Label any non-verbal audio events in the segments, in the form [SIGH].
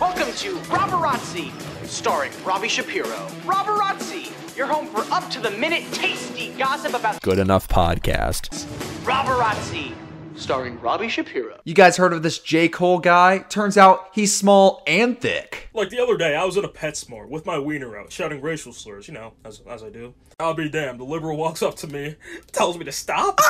Welcome to Robberazzi, starring Robbie Shapiro. Robberazzi, your home for up to the minute tasty gossip about Good Enough Podcast. Robberazzi, starring Robbie Shapiro. You guys heard of this J. Cole guy? Turns out he's small and thick. Like the other day, I was at a PetSmart with my wiener out, shouting racial slurs, you know, as, as I do. I'll be damned, the liberal walks up to me, [LAUGHS] tells me to stop.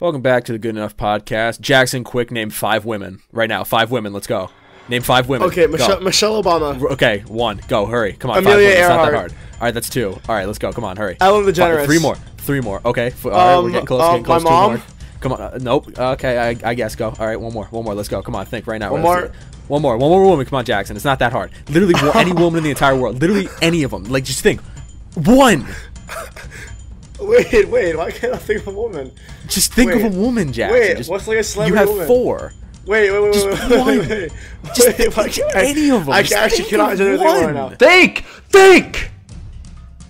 Welcome back to the Good Enough Podcast. Jackson Quick named five women. Right now, five women. Let's go. Name five women. Okay, Go. Michelle, Michelle Obama, Okay, one. Go, hurry. Come on. Amelia five women. It's not that Earhart. hard. All right, that's two. All right, let's go. Come on, hurry. Ellen DeGeneres. Fi- Three more. Three more. Okay. F- all right, we're Um, getting close. um, getting close. my Two mom? more. Come on. Uh, nope. Okay, I, I guess go. All right, one more. One more. Let's go. Come on, think right now. One Let's do more. it. One more. One more woman. Come on, Jackson. It's not that hard. Literally [LAUGHS] one, any woman in the entire world. Literally any of them. Like, just think. One. [LAUGHS] Wait, wait, why can't I think of a woman? Just think Wait. of a woman, Jackson. Wait, Just- what's like a You celebrity have woman? four. Wait, wait, wait, Just wait, wait, one. wait, wait. Just Wait, think why can't I- any of 'em. I Just ca- actually think cannot of generate one. one. right now. Think! Think!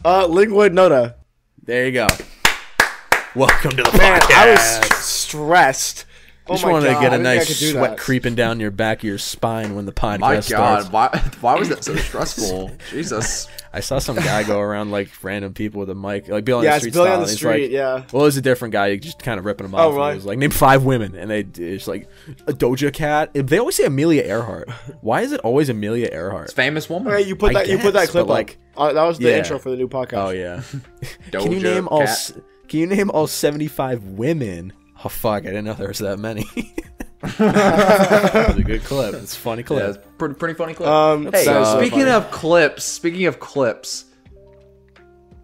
Uh, Lingwood Noda. There you go. Welcome to the Man, podcast. I was st- stressed. Oh just my wanted god, to get I a didn't think I nice could do sweat that. creeping down your back of your spine when the podcast My starts. God, why, why was that so [LAUGHS] stressful? Jesus. I saw some guy go around like random people with a mic, like Billy on Yeah, the it's street. Billy on style, the and he's Street, like, yeah. Well, it was a different guy. He just kind of ripping him off. Oh, and right. He was like, name five women, and they it's like a Doja Cat. They always say Amelia Earhart. Why is it always Amelia Earhart? Famous woman. Hey, you put I that. you put guess, but, that clip like- like uh, that was the Yeah. intro for the new podcast. Oh yeah. Doja Oh, can you name all? Cat. s- Can you name all seventy-five women? Oh fuck! I didn't know there was that many. [LAUGHS] That's a good clip. It's a funny clip. Yeah, it's pretty, pretty funny clip. Uh, Um, hey, that was uh, so speaking funny. of clips, speaking of clips.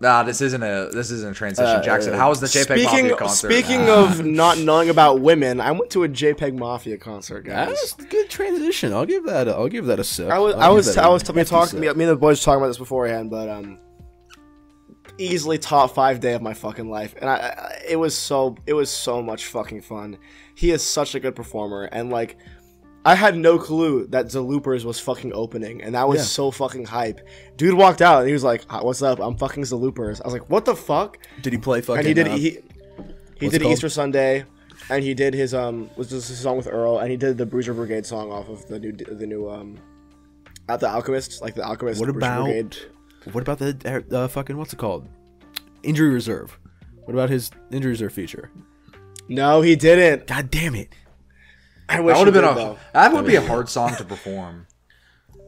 Nah, this isn't a this isn't a transition, Jackson. How was the JPEG Mafia Speaking, [LAUGHS] concert? speaking of not knowing about women, I went to a JPEG Mafia concert, guys. That's a good transition. I'll give that. A, I'll give that a sip. I was, I'll I give was, that I a was we hefty talking. sip. Me, me and the boys were talking about this beforehand, but um, easily top five day of my fucking life, and I, I, it was so, it was so much fucking fun. He is such a good performer, and like, I had no clue that Zaloopers was fucking opening, and that was Yeah. so fucking hype. Dude walked out and he was like, "Ah, "What's up? I'm fucking Zaloopers." I was like, "What the fuck?" Did he play fucking? and he did uh, he, he what's it did called? Easter Sunday, and he did his um was this his song with Earl, and he did the Bruiser Brigade song off of the new the new um, at the Alchemist like the Alchemist. What Bruiser about- Brigade. What about the uh, fucking? What's it called? Injury reserve. What about his injury reserve feature? No, he didn't. God damn it! I that wish would have he been did, a though. that would be a hard song to perform.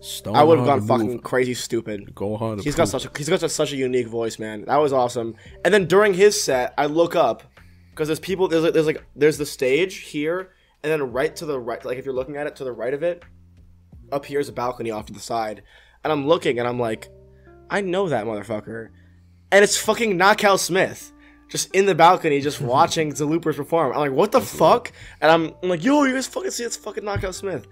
Stone I would have hard gone to fucking Oh, move. crazy stupid. Go hard to He's got prove. such a, he's got such- such a unique voice, man. That was awesome. And then during his set, I look up because there's people there's like, there's like there's the stage here, and then right to the right, like if you're looking at it to the right of it, up here is a balcony off to the side, and I'm looking and I'm like, I know that motherfucker, and it's fucking Knockout Smith. Just in the balcony, [LAUGHS] just watching Zaloopers perform. I'm like, what the fuck? And I'm, I'm like, yo, you guys fucking see it's fucking Knockout Smith.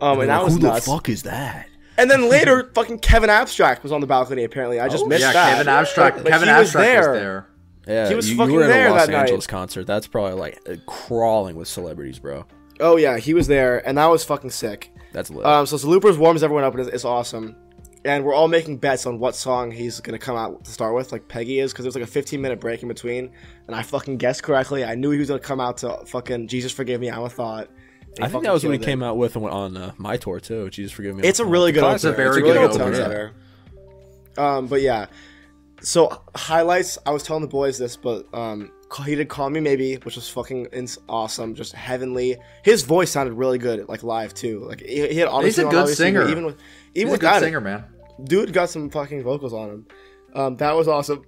Um, and that was Who the nuts. fuck is that? And [LAUGHS] then later, fucking Kevin Abstract was on the balcony. Apparently, I just missed Oh, yeah, that. Kevin Abstract. But Kevin he Abstract was there. Yeah, He was you, you fucking were at there a Los that night. Angeles concert. That's probably like uh, crawling with celebrities, bro. Oh yeah, he was there, and that was fucking sick. That's lit. Um, so Loopers warms everyone up, and it's, it's awesome. And we're all making bets on what song he's gonna come out to start with, like Peggy is, because there's like a 15 minute break in between, and I fucking guessed correctly. I knew he was gonna come out to fucking Jesus Forgive Me, I'm a Thought. And I think that fucking was when he killed it. came out with and went on uh, my tour too. Jesus, forgive me. It's a really good It's a opener. very it's a really good good tone opener. setter. Um, but yeah. So highlights. I was telling the boys this, but um, he did "Call Me Maybe," which was fucking ins- awesome, just heavenly. His voice sounded really good, like live too. Like he, he had auto-tune He's a on, good obviously, but singer. Even with even He's a without good it, singer, man. dude got some fucking vocals on him. Um, that was awesome.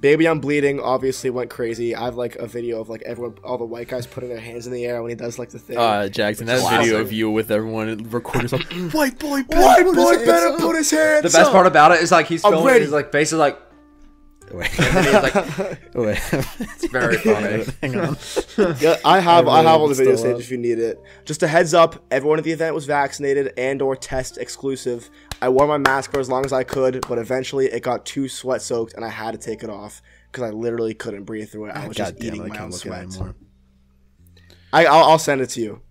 Baby, I'm bleeding. Obviously, went crazy. I have like a video of like everyone, all the white guys putting their hands in the air when he does like the thing. uh, Jackson. That Classic. video of you with everyone recording [CLEARS THROAT] something. White boy better white put boy his better hands up. put his hands. The best up. part about it is like he's I'm filming. ready. His like face is like wait, and he's [LAUGHS] like wait, it's very funny. hang on. Yeah, I have I, really have all am the video still saved up. if you need it. Just a heads up, everyone at the event was vaccinated and or test exclusive. I wore my mask for as long as I could, but eventually it got too sweat soaked and I had to take it off because I literally couldn't breathe through it. I was God [LAUGHS] just damn eating it! Oh, I my can't own look at it sweat. anymore. I I'll, I'll send it to you.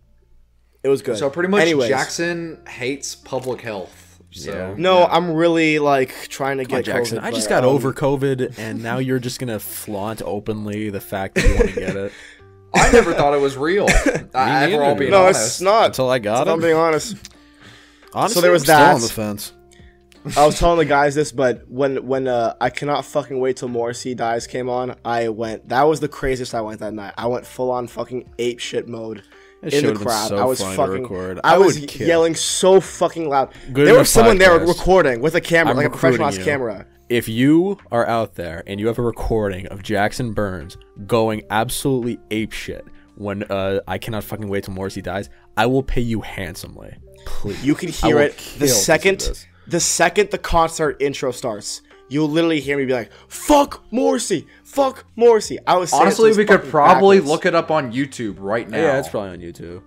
It was good. So pretty much, Anyways, Jackson hates public health. So Yeah. No, I'm really like trying to Yeah, get Jackson, COVID, I just but, got um, over COVID, and now you're just gonna flaunt openly the fact that you want to get [LAUGHS] it I never thought it was real. I, I- if we're all neither. being No, honest. it's not. until I If got I'm it. being honest. Honestly, there was I'm still that. on the fence. I was telling the guys this, but when when uh, I cannot fucking wait till Morrissey dies came on, I went. That was the craziest I went that night. I went full on fucking ape shit mode That shit in the would've been crowd. so I was funny to fucking. record. I, I was would kill. yelling so fucking loud. Good there enough was someone there podcast. recording with a camera, I'm like a professional ass recruiting you. camera. If you are out there and you have a recording of Jackson Burns going absolutely apeshit when uh, I cannot fucking wait till Morrissey dies, I will pay you handsomely. Please. You can I hear will it kill the to see second this. the second the concert intro starts. You'll literally hear me be like, "Fuck Morrissey, fuck Morrissey." I was saying it Honestly, to we his could fucking probably backwards. look it up on YouTube right now. Yeah, it's probably on YouTube.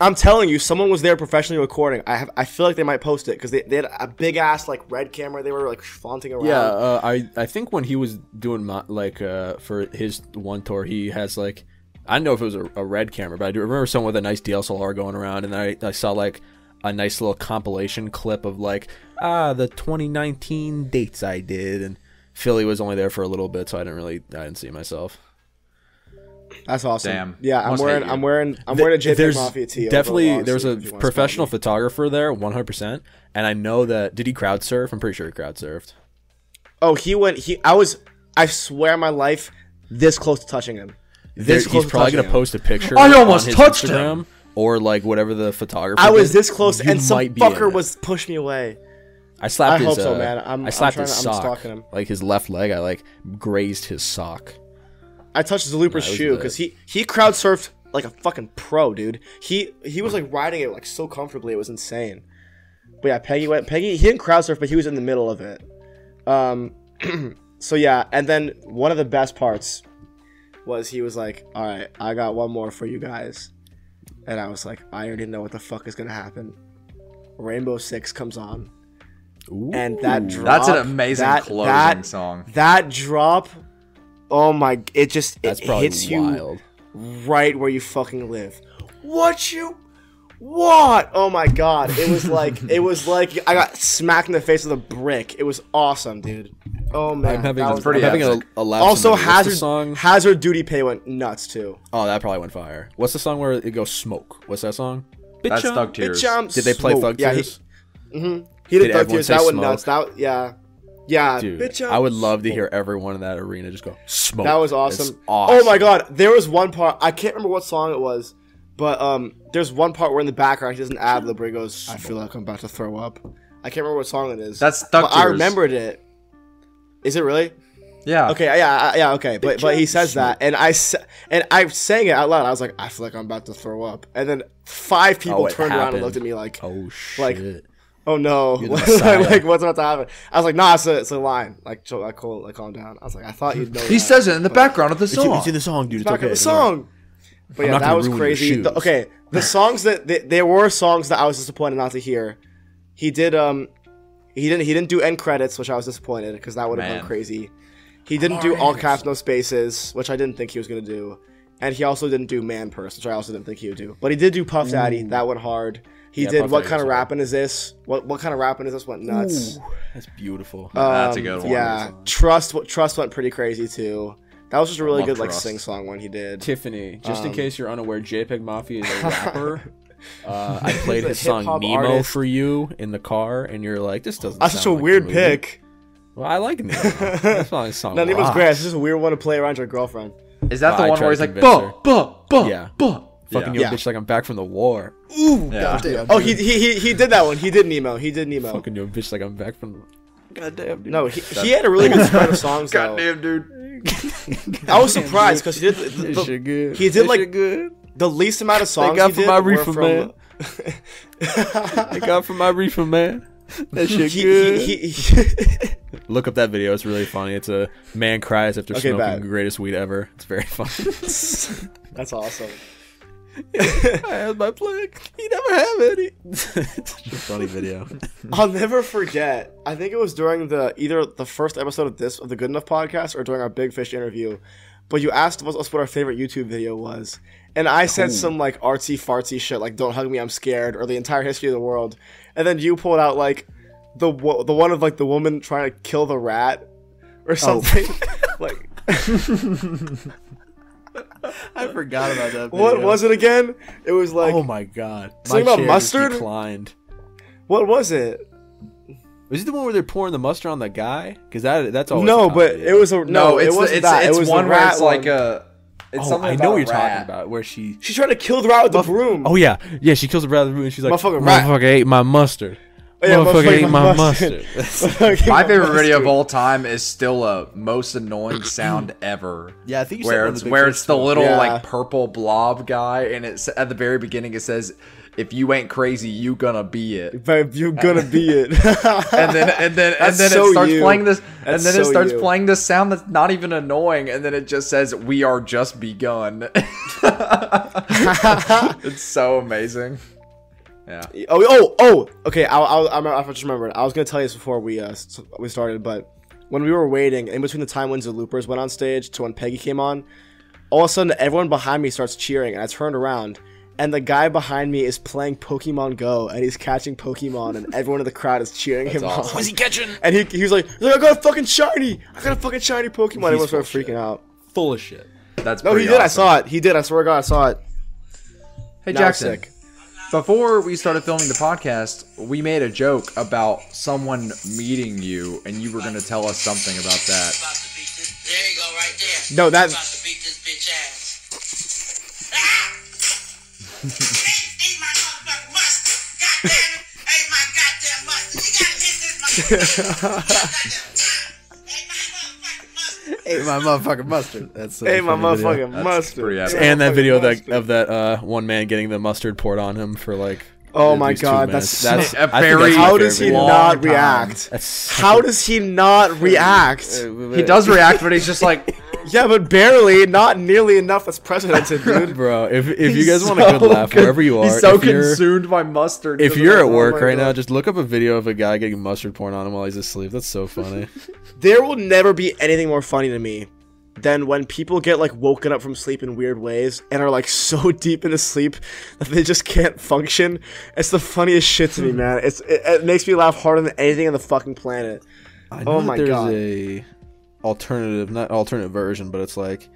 I'm telling you, someone was there professionally recording. I have, I feel like they might post it because they, they had a big ass like red camera. They were like flaunting around. Yeah, uh, I I think when he was doing my, like uh, for his one tour, he has like I don't know if it was a, a red camera, but I do remember someone with a nice DSLR going around, and I I saw like a nice little compilation clip of like ah the 2019 dates I did, and Philly was only there for a little bit, so I didn't really I didn't see myself. that's awesome. Damn. Yeah, I'm Must hate wearing, you. I'm wearing, I'm wearing a Th- JPEG Mafia tee. over definitely long there was a sleeve if you wanna professional spot me. photographer there, 100, percent and I know that did he crowd surf? I'm pretty sure he crowd surfed. Oh, he went. He, I was, I swear my life, this close to touching him. There- This close he's to probably touching gonna him. post a picture. I almost on his touched Instagram Or like whatever the photographer. I was did. this close, You and some might be in fucker it. was pushed me away. I slapped I his. hope so, uh, man. I'm- I slapped I'm his trying to- I'm sock. stalking him. Like his left leg, I like grazed his sock. I touched Zalupa's Nah, it was shoe lit. because he he crowd surfed like a fucking pro, dude. He he was like riding it like so comfortably, it was insane. But yeah, Peggy went. Peggy he didn't crowd surf, but he was in the middle of it. Um, [CLEARS THROAT] so yeah, and then one of the best parts was he was like, "All right, I got one more for you guys," and I was like, "I already know what the fuck is gonna happen." Rainbow Six comes on, and that drop, That's an amazing that- closing that- song. That drop, oh my! It just That's it probably hits you wild. right where you fucking live. What you what? Oh my god. It [LAUGHS] was like it was like I got smacked in the face with a brick. It was awesome, dude. Oh man. I'm having, that a, was I'm pretty having a, epic. a lapse in also the- what's the hazard song. hazard duty pay went nuts too. oh, that probably went fire. What's the song where it goes smoke? What's that song? That's Bitch, um, Thug Tears. Bitch, I'm Did they play smoked. Thug Yeah, he- Tears? he, Did did thug everyone tears. say That went smoke? nuts. That yeah. Yeah. Dude, Bitch, I I'm would love to hear everyone in that arena just go smoke. That was That's Oh, awesome. awesome. Oh my god, there was one part I can't remember what song it was, but um, there's one part where in the background he does an ad lib where he goes, "I feel like I'm about to throw up." I can't remember what song it is. That's but Thug I Tears. remembered it. Is it really? Yeah. Okay, yeah, I- yeah, okay, but but he says that, and I s- and I sang it out loud. I was like, "I feel like I'm about to throw up," and then five people Oh, it turned around happened. and looked at me like, "Oh, Oh shit. Like- no, the [LAUGHS] like, Messiah. like, what's about to happen?" I was like, "Nah, it's a, it's a line." Like, chill, like, cool, like, calm down. I was like, "I thought you'd know." He that." says it in the background of the it's, in- song. it's in the song, dude. It's, back okay. of the don't worry. song. But yeah, not that gonna was ruin your crazy. The- shoes. okay, the songs that th- there were songs that I was disappointed not to hear. He did um, he didn't he didn't do end credits, which I was disappointed because that would have Man. been crazy. He didn't do all caps no spaces, which I didn't think he was gonna do, and he also didn't do man purse, which I also didn't think he would do. But he did do puff daddy, that went hard. He Yeah, did Puff what Daddy kind was of hard. rapping is this? What what kind of rapping is this? Went nuts. Ooh, that's beautiful. That's a Um, good one. Yeah, trust trust went pretty crazy too. That was just a really Love good like Trust. sing song one he did. Tiffany, just in Um, case you're unaware, JPEG Mafia [LAUGHS] is a rapper. uh, I played a his song hip-hop Nemo artist. for you in the car, and you're like, this doesn't. That's sound such a like the weird movie. pick. Well, I like [LAUGHS] Nemo. That's not his song. No, Nemo's rocks. great. It's just a weird one to play around your girlfriend. Is that the I one tried where he's to like, convince her. buh, buh, buh, Yeah. buh? Fucking yeah. yo, bitch, like I'm back from the war. Yeah. Oh, he, he he he did that one. He did Nemo. He did Nemo. Fucking yo, bitch, like I'm back from. Goddamn, dude. No, he, he had a really good spread [LAUGHS] of songs though. Goddamn, dude. I was surprised because he did the, This shit the, good. he did, This like- shit good. the least amount of Thank songs. God he for did my were reefer, from- man. Thank God for my reefer, man. That shit He, good. he, he, he- [LAUGHS] Look up that video. It's really funny. It's a man cries after Okay, smoking bad. greatest weed ever. It's very funny. That's awesome. I had my plug. He never have [LAUGHS] any. it's a funny video. I'll never forget. I think it was during the either the first episode of this of the Good Enough podcast or during our Big Fish interview. But you asked us what our favorite YouTube video was, and I said some like artsy fartsy shit like "Don't hug me, I'm scared" or the entire history of the world, and then you pulled out like the wo- the one of like the woman trying to kill the rat Oh. [LAUGHS] or something. [LAUGHS] like I forgot about that. what was it again? It was like oh my god. Something my about chair just mustard? Declined. What was it? Was it the one where they're pouring the mustard on the guy? Because that that's Oh, always no, a but comedy. it was a no. it's it the- wasn't it's, that. it's it was the one where rat it's like one. a. It's Oh, something I know about what a you're talking rat. about. Where she? She's trying to kill the rat with the broom. Oh yeah, yeah. She kills her brother and she's like, Motherfucker, rat. motherfucker ate my mustard. Yeah, motherfucker, motherfucker, ate my mustard." [LAUGHS] mustard. [LAUGHS] My favorite video of all time is still a most [CLEARS THROAT] annoying sound ever. Yeah, I think you said where one of it's the big where kids it's the too. little Yeah. like purple blob guy, and it's at the very beginning. It says, "If you ain't crazy, you gonna be it." Babe, you're gonna be it. [LAUGHS] And then and then and That's then so it starts you. playing this, That's and then so it starts you. playing this sound that's not even annoying, and then it just says, "We are just [LAUGHS] begun." [LAUGHS] it's so amazing. [LAUGHS] Oh, oh, oh. Okay, I, I, I, I just remembered. I was gonna tell you this before we uh s- we started, but when we were waiting, in between the time when Zaloopers went on stage to when Peggy came on, all of a sudden everyone behind me starts cheering, and I turned around, and the guy behind me is playing Pokemon Go, and he's catching Pokemon, and everyone in the crowd is cheering him awesome. on. Was he catching? And he, he was like, he's like, I got a fucking shiny, I got a fucking shiny Pokemon. Everyone started freaking out. Full of shit. That's No, he pretty did. I awesome. saw it. He did. I swear to God, I saw it. Hey Now I'm Jackson, sick. before we started filming the podcast, we made a joke about someone meeting you, and you were going to tell us something about that. About to beat this. There you go, right there. No, that- About to beat this bitch ass. Ah! [LAUGHS] Eat- eat my motherfucking mustard. God damn it. Eat my goddamn mustard. You gotta [LAUGHS] hit this motherfucker. Goddamn. Eat my motherfucking mustard. Ate my motherfucking mustard. That's Hey, my motherfucking That's mustard. pretty epic. [LAUGHS] And that Motherfucking video of that mustard. of that uh, one man getting the mustard poured on him for like. Oh at my least two God, minutes. [LAUGHS] that's- A I think very- that's my How favorite does he video. Long not time. react? That's- How does he not react? He does react, but he's just [LAUGHS] like, Yeah, but barely, not nearly enough. That's precedented, [LAUGHS] dude. bro. If if you guys want a good laugh, wherever you are, he's so if you're- consumed by mustard. If doesn't you're at know- work my right now, God. just look up a video of a guy getting mustard porn on him while he's asleep. That's so funny. There will never be anything more funny to me than when people get like woken up from sleep in weird ways and are like [LAUGHS] so deep into sleep that they just can't function. It's the funniest shit to me, man. It's it, it makes me laugh harder than anything on the fucking planet. [LAUGHS] I know Oh that my there's God. a alternative, not alternative version, but it's like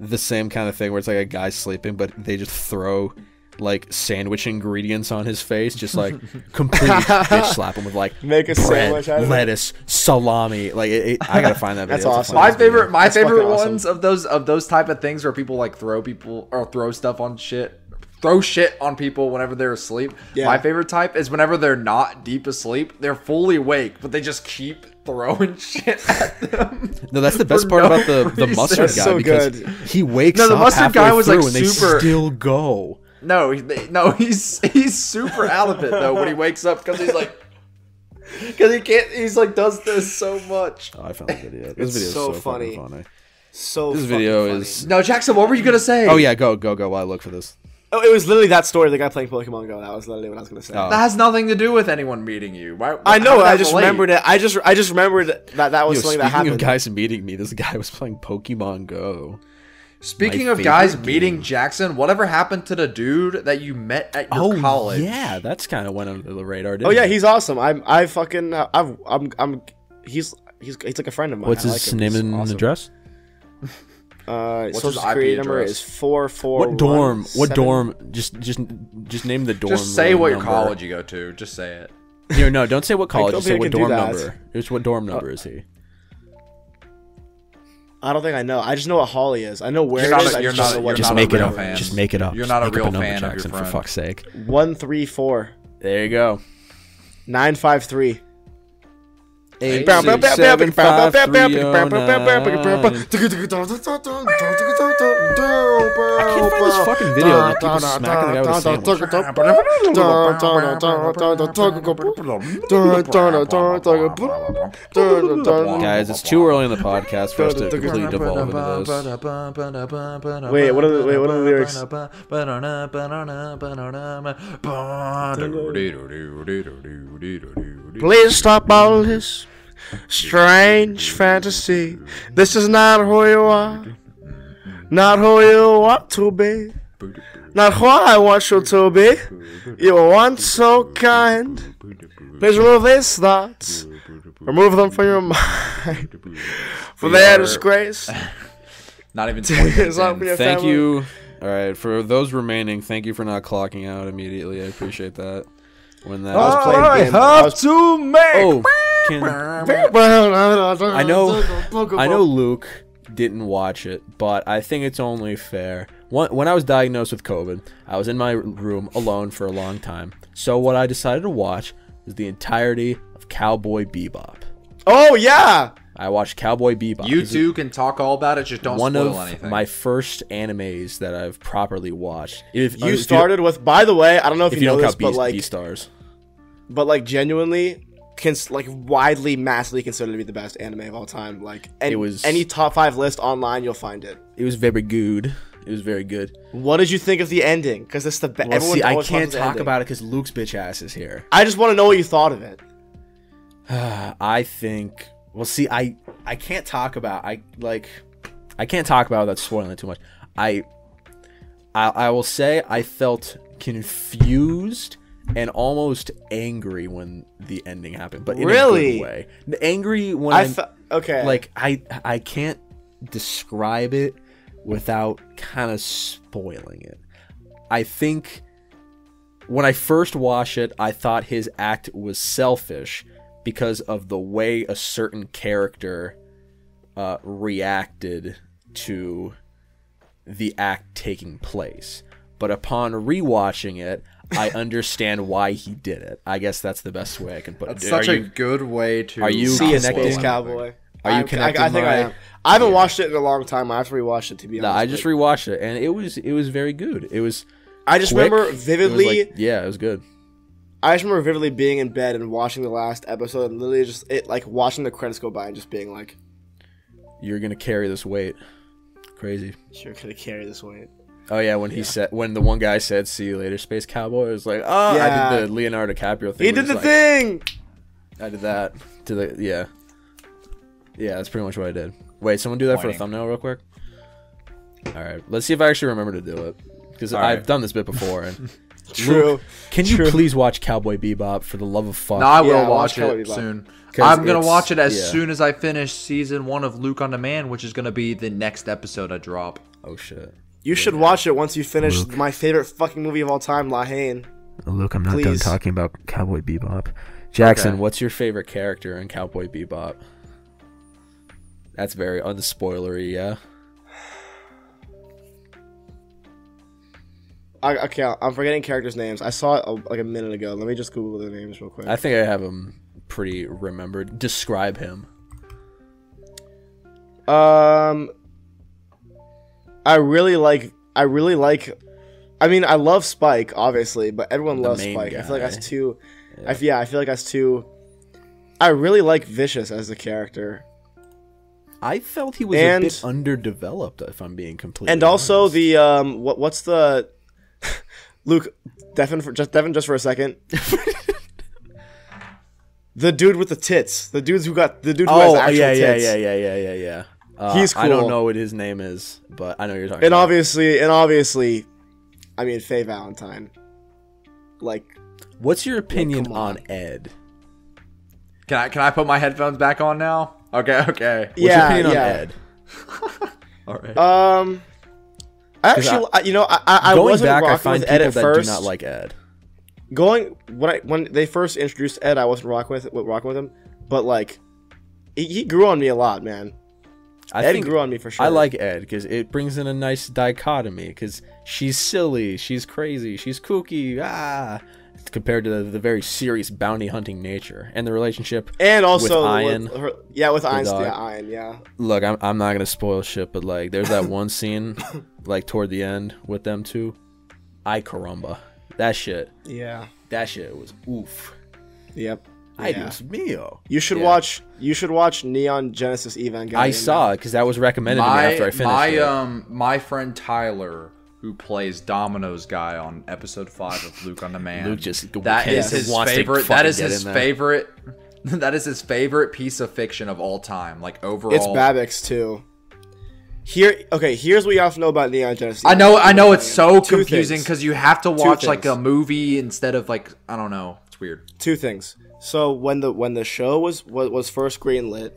the same kind of thing where it's like a guy sleeping, but they just throw like sandwich ingredients on his face, just [LAUGHS] like completely bitch slap him with like Make a bread, sandwich out of it. lettuce, salami. Like it, it, I gotta find that. That's video. awesome. a funny my favorite, my That's favorite fucking awesome. ones of those of those type of things where people like throw people or throw stuff on shit, throw shit on people whenever they're asleep. Yeah. My favorite type is whenever they're not deep asleep, they're fully awake, but they just keep throwing [LAUGHS] shit at them. No, that's the best For part no about the, the reason. mustard That's guy so because good. he wakes No, the up mustard guy halfway was, like, through and they super- still go. No, he, they- no, he's he's super out of it though when he wakes up because he's like, because he can't. He's like does this so much. Oh, I found the video. This It's video is so, so fucking funny. funny. So This fucking video funny. is No, Jackson, what were you gonna say? Oh yeah, go go go while I look for this. Oh, it was literally that story. The guy playing Pokemon Go. That was literally what I was gonna say. Oh. that has nothing to do with anyone meeting you. Why, I how know. did I that just relate? remembered it. I just I just remembered that that was Yo, something speaking that of happened. guys meeting me, this guy was playing Pokemon Go. Speaking My of guys favorite meeting Jackson, whatever happened to the dude that you met at your college? Oh, yeah, that's kind of went under the radar. Didn't oh yeah, it? he's awesome. I'm I fucking uh, I've, I'm I'm he's he's he's like a friend of mine. What's I his like him. name He's and awesome. address? Uh, his social IP security number address? is four four. What dorm? What dorm? Just just just name the dorm. Just say what number. [LAUGHS] college you go to. Just say it. No, no, don't say what college. don't Just say think I what can do dorm that. number. It's what Uh, dorm number is he? I don't think I know. I just know what Holly is. I know where You're not it is. a- I you're just not don't a- know what you're Just not a make it real up. fan. Just make it up. You're Just not a make up real number, fan of your Jackson, friend. For fuck's sake. one three four There you go. nine five three. Eight, Bow, six, seven, five, three, oh, nine. I can't find this fucking video of like, people smacking the guy with a sandwich. Guys, it's too early in the podcast for us to completely devolve into this. Wait, Wait, what are the- wait, what are the lyrics? Please stop all this strange fantasy. This is not who you are. Not who you want to be. Not who I want you to be. You were once so kind. Please remove these thoughts. Remove them from your [LAUGHS] mind. For their disgrace. Not even 20 It's minutes not in. for your Thank family. you. All right, for those remaining, thank you for not clocking out immediately. I appreciate that. when that. was playing I games. I have was- to make. oh, can, [LAUGHS] I I know, I know. Luke didn't watch it, but I think it's only fair. When when I was diagnosed with COVID, I was in my room alone for a long time. So what I decided to watch was the entirety of Cowboy Bebop. Oh yeah. I watched Cowboy Bebop. You It's two can talk all about it. Just don't One spoil of anything. my first animes that I've properly watched. If You started with. By the way, I don't know if, Oh, if you you know don't this, count B, but like, stars. but like, genuinely, cons- like widely, massively considered to be the best anime of all time. Like, and It was- any top five list online, you'll find it. It was very good. It was very good. What did you think of the ending? Because it's the best. Well, see, I can't talk about it because Luke's bitch ass is here. I just want to know what you thought of it. [SIGHS] I think. Well, see, I I can't talk about I like I can't talk about it without spoiling it too much. I I, I will say I felt confused and almost angry when the ending happened, but in a Really? good way. The angry when I I'm- thought. Okay. like I I can't describe it without kind of spoiling it. I think when I first watched it, I thought his act was selfish because of the way a certain character uh, reacted to the act taking place. But upon rewatching it, I [LAUGHS] understand why he did it. I guess that's the best way I can put it. That's Dude, such are a you- good way to are you not see See a you spoil connecting? space anything. cowboy. Are you I'm- connecting I, I think my- I am. I haven't watched it in a long time. I have to rewatch it to be No, honest. I just Like, rewatched it, and it was it was very good. It was I just quick. remember It was vividly. like- yeah, it was good. I just remember vividly being in bed and watching the last episode and literally just it like watching the credits go by and just being like, You're gonna carry this weight. Crazy. "Sure, gonna carry this weight." Oh yeah, when he said when the one guy said "See you later, space cowboy," it was like, oh, I Yeah. did the Leonardo DiCaprio thing. where He did he's the like, thing. I did that to the yeah, yeah. That's pretty much what I did. Wait, someone do that for a Pointing. thumbnail real quick. All right, let's see if I actually remember to do it because I've right. done this bit before. And True. can you please watch Cowboy Bebop for the love of fuck? No, I will Yeah, I watched watch Cowboy it Bebop. soon. 'Cause I'm gonna it's- watch it as yeah. soon as I finish season one of Luke on Demand, which is gonna be the next episode I drop. oh shit. You should watch it once you finish my favorite fucking movie of all time, La Haine. Luke, I'm not done Please. talking about Cowboy Bebop. Jackson, Okay. what's your favorite character in Cowboy Bebop? That's very unspoilery, yeah. I, okay, I'm forgetting characters' names. I saw it uh, like a minute ago. Let me just Google their names real quick. I think I have him pretty remembered. Describe him. Um, I really like. I really like. I mean, I love Spike, obviously, but everyone The loves main Spike. I feel like guy. that's too. I f yeah, I feel like that's too. I really like Vicious as a character, I felt he was And- a bit underdeveloped, if I'm being completely and also honest. the um. What what's the [LAUGHS] Luke? Devin for just Devin just for [LAUGHS] a second. the dude with the tits. The dudes who got the dude who has oh actual yeah, yeah, tits. yeah, yeah, yeah, yeah, yeah. Uh, He's I don't cool. know what his name is, but I know who you're talking. And about. obviously, and obviously, I mean Faye Valentine. Like what's your opinion come on. on. Ed? Can I can I put my headphones back on now? Okay, okay. What's yeah, your opinion yeah. on Ed? All right. Um, I actually, I, you know, I I, I Going wasn't back, rocking I find with Ed people at that first. do not like Ed. going when I when they first introduced Ed, I wasn't rocking with with- rocking with him, but like, he, he grew on me a lot, man. I Ed think grew on me for sure. I like Ed because it brings in a nice dichotomy because she's silly, she's crazy, she's kooky, ah, compared to the, the very serious bounty hunting nature and the relationship. and also with with Ian, her, yeah, with Ian, dog. yeah, Ian, yeah. Look, I'm, I'm not gonna spoil shit, but like, there's that one scene, like toward the end with them two, I caramba, that shit, Yeah. that shit was oof. Yep. I Yeah. Dios mio. You should Yeah. watch. You should watch Neon Genesis Evangelion. I saw it because that was recommended to me My after I finished my it. um my friend Tyler, who plays Domino's guy on episode five of Luke on Demand. Luke just g- that can't- is his wants to favorite. That fucking is get his in there. favorite. [LAUGHS] That is his favorite piece of fiction of all time. Like overall, It's Babix too. Here, okay. Here's what you have to know about Neon Genesis. I know, I know, it's so Two confusing things. because you have to watch like things. a movie instead of like I don't know. It's weird. two things. So when the when the show was was, was first greenlit,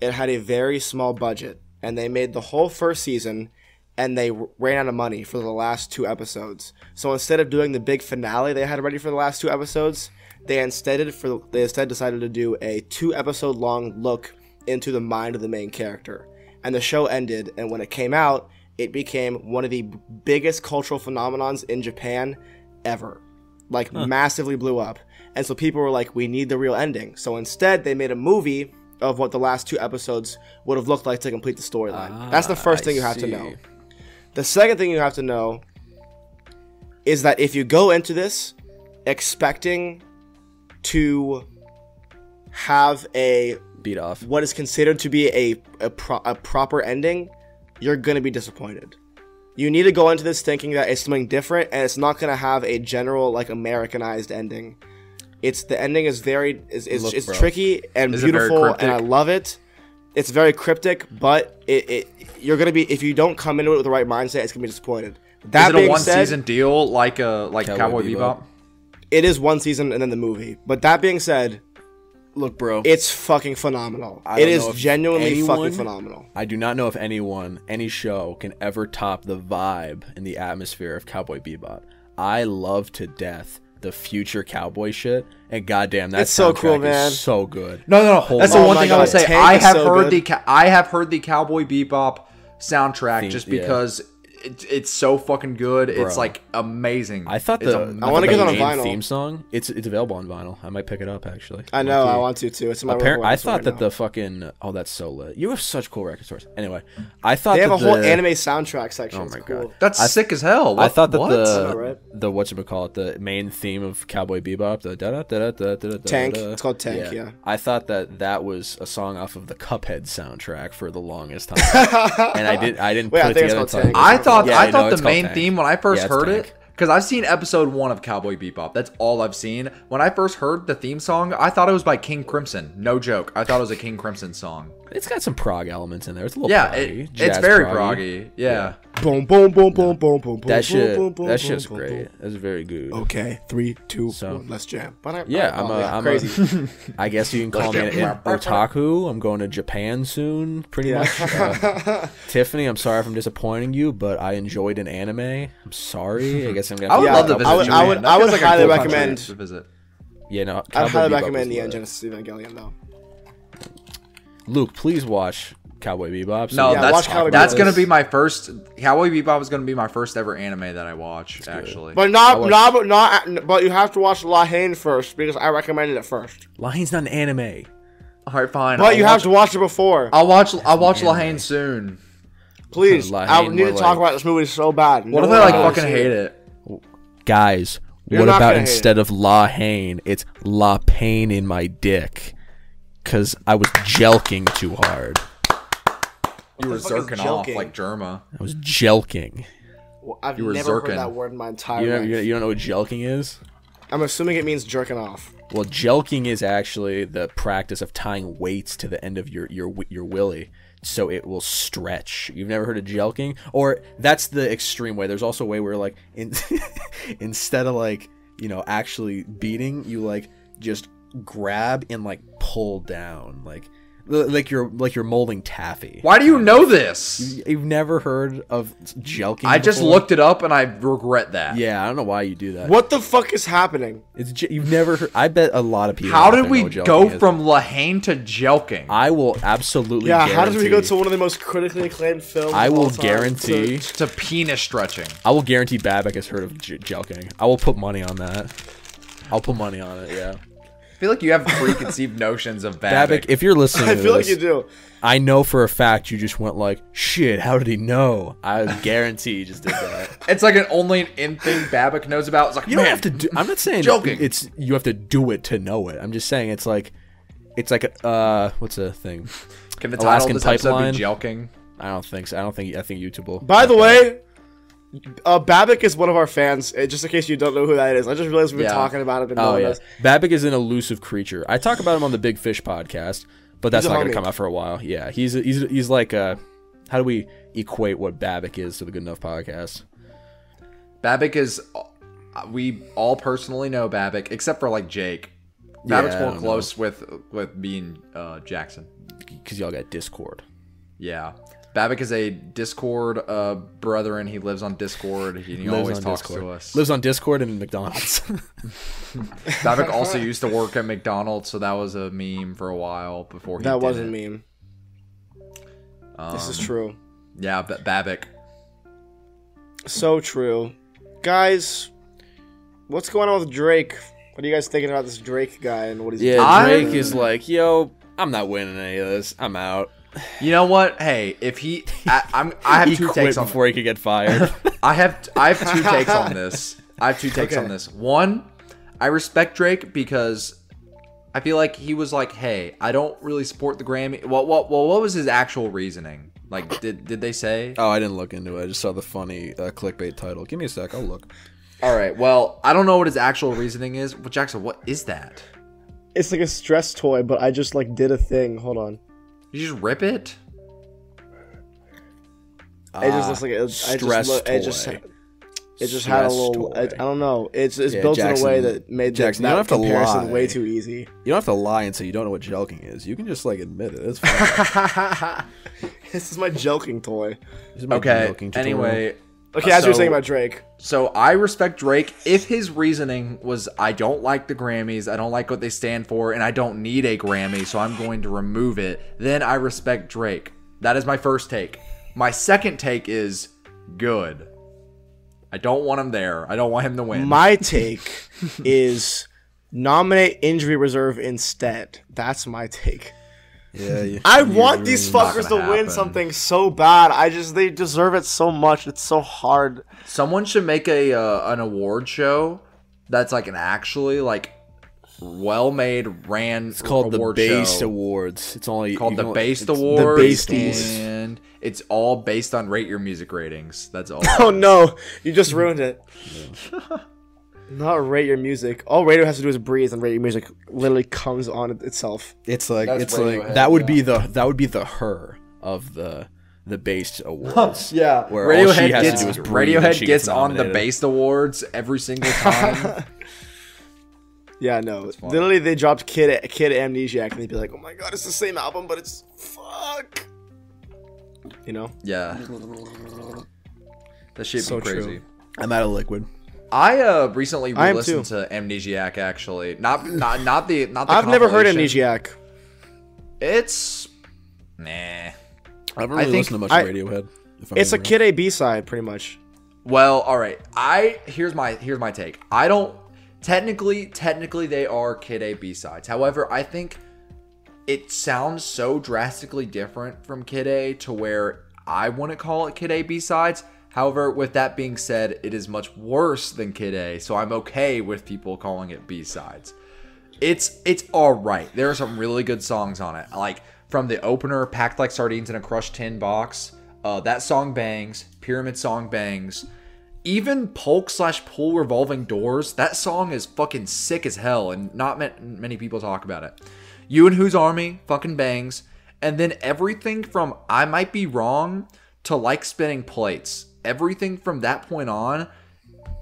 it had a very small budget, and they made the whole first season, and they r- ran out of money for the last two episodes. So instead of doing the big finale they had ready for the last two episodes, They instead did for they instead decided to do a two episode long look into the mind of the main character, and the show ended. And when it came out, it became one of the biggest cultural phenomenons in Japan ever, like massively blew up. And so people were like, "We need the real ending." So instead, they made a movie of what the last two episodes would have looked like to complete the storyline. That's the first thing you have to know. The second thing you have to know is that if you go into this expecting to have a Beat off. what is considered to be a a, pro- a proper ending, you're gonna be disappointed. You need to go into this thinking that it's something different, and it's not gonna have a general like Americanized ending. It's the ending is very is is Look, it's bro. tricky and Is it very beautiful, and I cryptic? love it. It's very cryptic, but it, it you're gonna be if you don't come into it with the right mindset, it's gonna be disappointed. That Is it a being one said, season deal like a like Cowboy Cowboy, Bebop? Bebop? it is one season and then the movie. But that being said, Look, bro. it's fucking phenomenal. I It don't is know if genuinely anyone- fucking phenomenal. I do not know if anyone, any show, can ever top the vibe and the atmosphere of Cowboy Bebop. I love to death the future cowboy shit, and goddamn, that's It's so cool, man. so good. No, no, no. That's the on. one Oh thing my I would God, say. Tank I is have so heard good. the ca- I have heard the Cowboy Bebop soundtrack Theme, just yeah. because it, it's so fucking good. It's like amazing. I thought It's the amazing. I wanna the get it on main vinyl. theme song. It's it's available on vinyl. I might pick it up actually. I know. I Low-key. want to too. It's in my Appar- report I also thought right that now. the fucking oh that's so lit. You have such cool record stores. Anyway, I thought they have that a whole the- anime soundtrack section. Oh It's my cool. god, That's I- sick as hell. I What- thought that what? the Alright. the what's it call it the main theme of Cowboy Bebop the da da da da da da Tank. It's called Tank, yeah. I thought that that was a song off of the Cuphead soundtrack for the longest time, and I didn't I didn't [LAUGHS] Wait, put I it think it's together. called until- Tank. I thought Yeah, I no, thought it's the called main Tank. theme when I first Yeah, it's heard it Tank. because I've seen episode one of Cowboy Bebop. That's all I've seen. When I first heard the theme song, I thought it was by King Crimson. No joke. I thought it was a King Crimson song. It's got some prog elements in there. It's a little Yeah, proggy, it, jazz it's very proggy. proggy. Yeah. Boom, boom, boom, boom, boom, boom, boom. That shit boom, boom, that boom, shit's boom, great. boom. That's very good. Okay, three, two, So- one. Let's jam. But I, Yeah, I, I'm oh, a, yeah, I'm crazy. [LAUGHS] crazy. A, I guess you can call me an in- otaku. I'm going to Japan soon, pretty much. [LAUGHS] Uh, Tiffany, I'm sorry if I'm disappointing you, but I enjoyed an anime. I'm sorry. I guess I'm gonna. [LAUGHS] I would Yeah, love to I visit would- Japan. I would- That I would feels like a highly cool country recommend- to visit. Yeah, no. I Cowboy highly Bebop recommend was Neon lit. Genesis Evangelion though. Luke, please watch Cowboy Bebop. so No, we can Yeah, watch that's talk Cowboy about that's Bebop. it. gonna be my first. Cowboy Bebop is gonna be my first ever anime that I watch. Actually, But not, not, but not, but you have to watch La Haine first because I recommended it first. Lion's not an anime. all right, fine. But you I'll have watch- to watch it before. I'll watch. I'll watch Lahane soon. Please, La I Haine, need we're to like- talk about this movie so bad. What No Oh, if one I like knows. fucking hate it? Guys, You're what not about gonna hate instead of La Hain, it's La Pain in my dick? Because I was jelking too hard. You were the fuck is zerking off joking? like Germa. I was jelking. Well, I've You were never Zirkin. heard that word in my entire You life. don't, you don't- you don't know what jelking is? I'm assuming it means jerking off. Well, jelking is actually the practice of tying weights to the end of your your wi- your willy, so it will stretch. You've never heard of jelking, or that's the extreme way. There's also a way where like in, [LAUGHS] instead of like you know actually beating, you like just grab and like pull down, like li- like you're like you're molding taffy. Why do you know this? You've never heard of jelking? I just before? looked it up and I regret that. Yeah, I don't know why you do that. What the fuck is happening? It's j- you've never heard. I bet a lot of people. How out there did know we what jelking go is. from Lahane to Jelking? I will absolutely. Yeah, how did we go guarantee- to one of the most critically acclaimed films? I of all will time guarantee. to- to penis stretching. I will guarantee Babak has heard of j- jelking. I will put money on that. I'll put money on it. Yeah, I feel like you have preconceived notions of Babbitt. Babak, if you're listening, [LAUGHS] I to feel like this, you do. I know for a fact you just went like, "Shit, how did he know?" I guarantee you just did [LAUGHS] that. it's like an only an in thing Babbitt knows about. It's like You don't man, have to. Do, I'm not saying Joking. It's you have to do it to know it. I'm just saying it's like, it's like a uh, what's a thing? Can the title Alaskan of this episode pipeline. be Jelking? I don't think. So. I don't think. I think YouTube will. By the way, uh, Babak is one of our fans. uh, Just in case you don't know who that is, I just realized we've been Yeah. talking about him. And Oh no one yeah, knows. Babbitt is an elusive creature. I talk about him on the Big Fish podcast, but that's He's a not going homie. to come out for a while. Yeah, he's he's he's like uh, how do we equate what Babbitt is to the Good Enough podcast? Babbitt is. uh, We all personally know Babbitt, except for like Jake. Yeah, Babbitt's I more don't close with with being uh, Jackson. Because y'all got Discord. Yeah. Babbick is a Discord uh, brethren. He lives on Discord. He, he Lives always on talks Discord. to us. Lives on Discord and McDonald's. Babbick also used to work at McDonald's, so that was a meme for a while before he That did wasn't it. me. this is Um, true. Yeah, but Babbick. So true. Guys, what's going on with Drake? What are you guys thinking about this Drake guy and what he's yeah, I- Drake is like, yo, I'm not winning any of this. I'm out. You know what? Hey, if he, I, I'm, I have he two quit takes on. before he could get fired. I have, I have two takes [LAUGHS] on this. I have two takes Okay. on this. One, I respect Drake because I feel like he was like, "Hey, I don't really support the Grammy." Well, what, well, what was his actual reasoning? Like, did did they say? oh, I didn't look into it. I just saw the funny uh, clickbait title. Give me a sec. I'll look. All right. Well, I don't know what his actual reasoning is. Well, Jackson, what is that? It's like a stress toy, but I just like did a thing. Hold on. You just rip it? It just looks like a, I Uh, stress just look, It just, toy. it just had a Stress little. I, I toy. don't know. It's it's Yeah, built Jackson- in a way that made the, Jackson, you that don't have to comparison lie. way too easy. [LAUGHS] You don't have to lie and say you don't know what jelking is. You can just like admit it. That's fine. this is my joking toy. This is my Okay. jelking tutorial. Anyway, Okay, Uh, as you were So- saying about Drake, So I respect Drake if his reasoning was I don't like the Grammys, I don't like what they stand for, and I don't need a Grammy, so I'm going to remove it. Then I respect Drake. That is my first take. My second take is good. I don't want him there. I don't want him to win. my take [LAUGHS] is nominate injury reserve instead. That's my take. yeah, you- I you want really these not- fuckers to gonna win happen. something so bad. I just they deserve it so much. It's so hard. Someone should make a uh, an award show that's like an actually like well-made ran It's called the award Based show. Awards. It's only called you the don't- Based it's- Awards. The Basties. And it's all based on rate your music ratings. That's [LAUGHS] all. [LAUGHS] Oh no, you just ruined it. Not rate your music. All radio has to do is breathe, and rate your music literally comes on it- itself. It's like That's it's like Radiohead, that would be the that would be the her of the the Based Awards. yeah. Where all she Radiohead has to gets do is breathe and Radiohead she gets, gets on the nominated. Based Awards every single [LAUGHS] time. Yeah, no. Literally, they dropped Kid Kid Amnesiac, and they'd be like, "Oh my god, it's the same album, but it's fuck." You know, [LAUGHS] yeah. That shit So be crazy. true. I'm out of liquid. I uh recently I am re-listened to Amnesiac actually. Not not not the not the I've never heard compilation. Amnesiac. It's nah. I haven't really think listened to much I- Radiohead. If I'm It's a being Kid A B side, pretty much. Well, all right. I here's my here's my take. I don't technically technically they are Kid A B sides. However, I think it sounds so drastically different from Kid A to where I wouldn't call it Kid A B sides. However, with that being said, it is much worse than Kid A, so I'm okay with people calling it B sides it's it's all right. There are some really good songs on it. Like from the opener, "Packed Like Sardines in a Crushed Tin Box." Uh, that song bangs. Pyramid song bangs. Even Polk slash Pool Revolving Doors. That song is fucking sick as hell, and not ma- many people talk about it. You and Whose Army fucking bangs. And then everything from I Might Be Wrong to Like Spinning Plates. Everything from that point on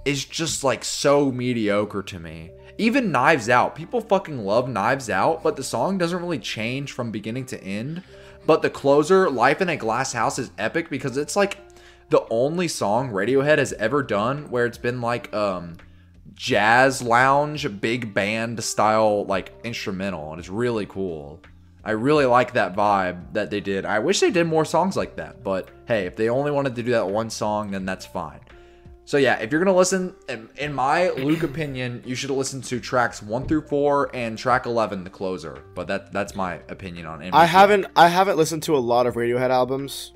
is just like so mediocre to me. Even Knives Out, people fucking love Knives Out, but the song doesn't really change from beginning to end. But the closer, Life in a Glass House, is epic because it's like the only song Radiohead has ever done where it's been like um jazz lounge big band style like instrumental and it's really cool. I really like that vibe that they did. I wish they did more songs like that, but hey, if they only wanted to do that one song, then that's fine. So yeah, if you're gonna listen, in, in my Luke opinion, you should listen to tracks one through four and track eleven, the closer. But that that's my opinion on it. I haven't I haven't listened to a lot of Radiohead albums,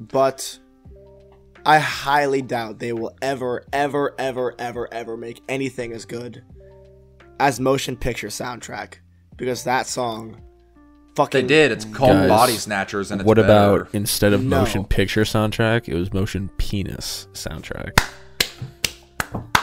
but I highly doubt they will ever, ever, ever, ever, ever make anything as good as motion picture soundtrack because that song They fucking did. It's called Guys, Body Snatchers, and it's What about better. instead of No. motion picture soundtrack, it was motion penis soundtrack?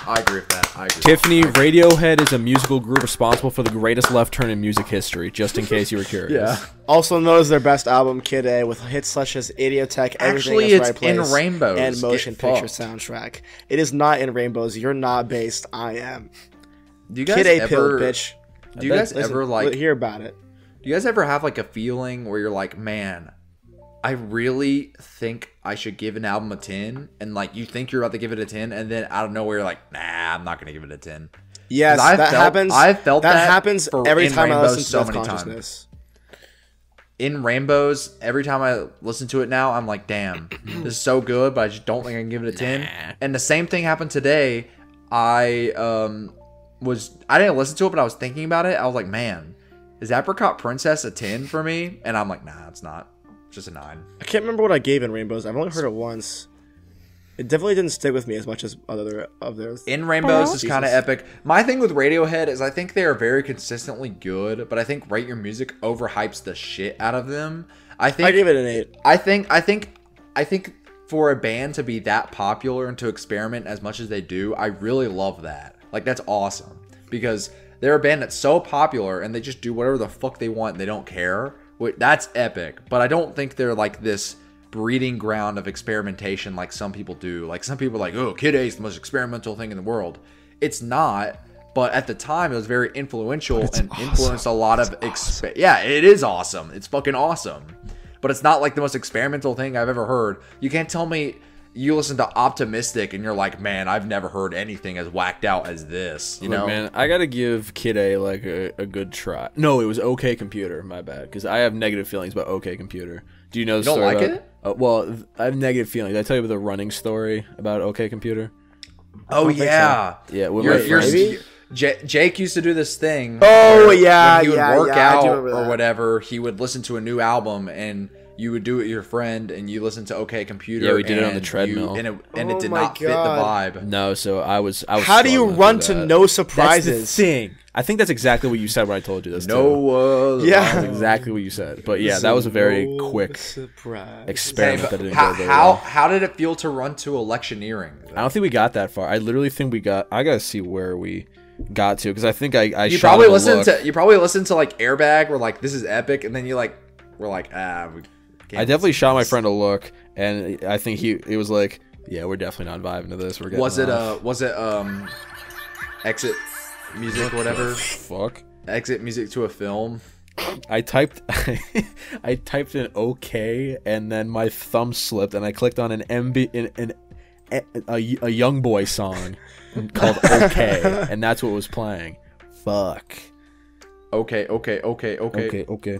I agree with that. I agree. Tiffany, Radiohead is a musical group responsible for the greatest left turn in music history, just in case you were curious. yeah. Also known as their best album, Kid A, with hits such as Idiotech, Everything Actually, Is Right it's in Place, Rainbows. and Get Motion Picture fucked. Soundtrack. It is not in Rainbows. You're not based. I am. Do you guys Kid A ever, pill, bitch. Do you guys Listen, ever like? hear about it? Do you guys ever have like a feeling where you're like, man, I really think I should give an album a 10 and like you think you're about to give it a 10 and then out of nowhere you're like, "Nah, I'm not going to give it a 10." Yes, I've that felt- happens. I've felt that happens for- every in time I Rainbow listen to so Death many times. Consciousness. In Rainbows, every time I listen to it now, I'm like, "Damn, this is so good, but I just don't think I can give it a 10." And the same thing happened today. I um was I didn't listen to it, but I was thinking about it. I was like, "Man, is Apricot Princess a 10 for me?" And I'm like, "Nah, it's not. It's just a 9." I can't remember what I gave in Rainbows. I've only heard it once. It definitely didn't stick with me as much as other of theirs. In Rainbows is kind of epic. My thing with Radiohead is I think they are very consistently good, but I think Rate Your Music overhypes the shit out of them. I think I gave it an eight. I think I think I think for a band to be that popular and to experiment as much as they do, I really love that. Like that's awesome because they're a band that's so popular and they just do whatever the fuck they want. And they don't care. Wh- That's epic. But I don't think they're like this breeding ground of experimentation like some people do. Like some people are like, oh, Kid A is the most experimental thing in the world. It's not. But at the time, it was very influential and influenced a lot of. Exp- Yeah, it is awesome. It's fucking awesome but it's not like the most experimental thing I've ever heard. You can't tell me you listen to Optimistic and you're like, man, I've never heard anything as whacked out as this. You Look, know, man, I gotta give Kid A like a, a good try. No, it was OK Computer. My bad, because I have negative feelings about OK Computer. Do you know? The don't story like about- it? Uh, well, th- I have negative feelings. Did I tell you about the running story about OK Computer. oh yeah, Yeah, with You're, my you're, friends. Maybe? J- Jake used to do this thing. Oh, where yeah, when he would yeah, work yeah, I out do remember or that. whatever. He would listen to a new album and. You would do it with your friend, and you listen to OK Computer. Yeah, we did it on the and you- treadmill. and it, and Oh it did my not God. fit the vibe. No, so I was. I was How do you struggling run through to that. no That's the surprises? thing. I think that's exactly what you said when I told you this. too. No, uh, Yeah. that's exactly what you said. But yeah, that was a very No quick surprise. Hey, experiment but that didn't how, go very how, well. how did it feel to run to electioneering? I don't think we got that far. I literally think we got. I gotta see where we got to because I think I. I you shot probably him a listened look. to you probably listened to like airbag we're like this is epic and then you like we're like ah we can't. I definitely shot my friend a look, and I think he. It was like, yeah, we're definitely not vibing to this. We're getting [LAUGHS] was it off. uh was it um exit music or whatever uh, fuck? exit music to a film I typed, [LAUGHS] I typed in okay, and then my thumb slipped, and I clicked on an MB in an. A, a, a young boy [LAUGHS] song called okay and that's what was playing fuck okay okay okay okay, okay okay okay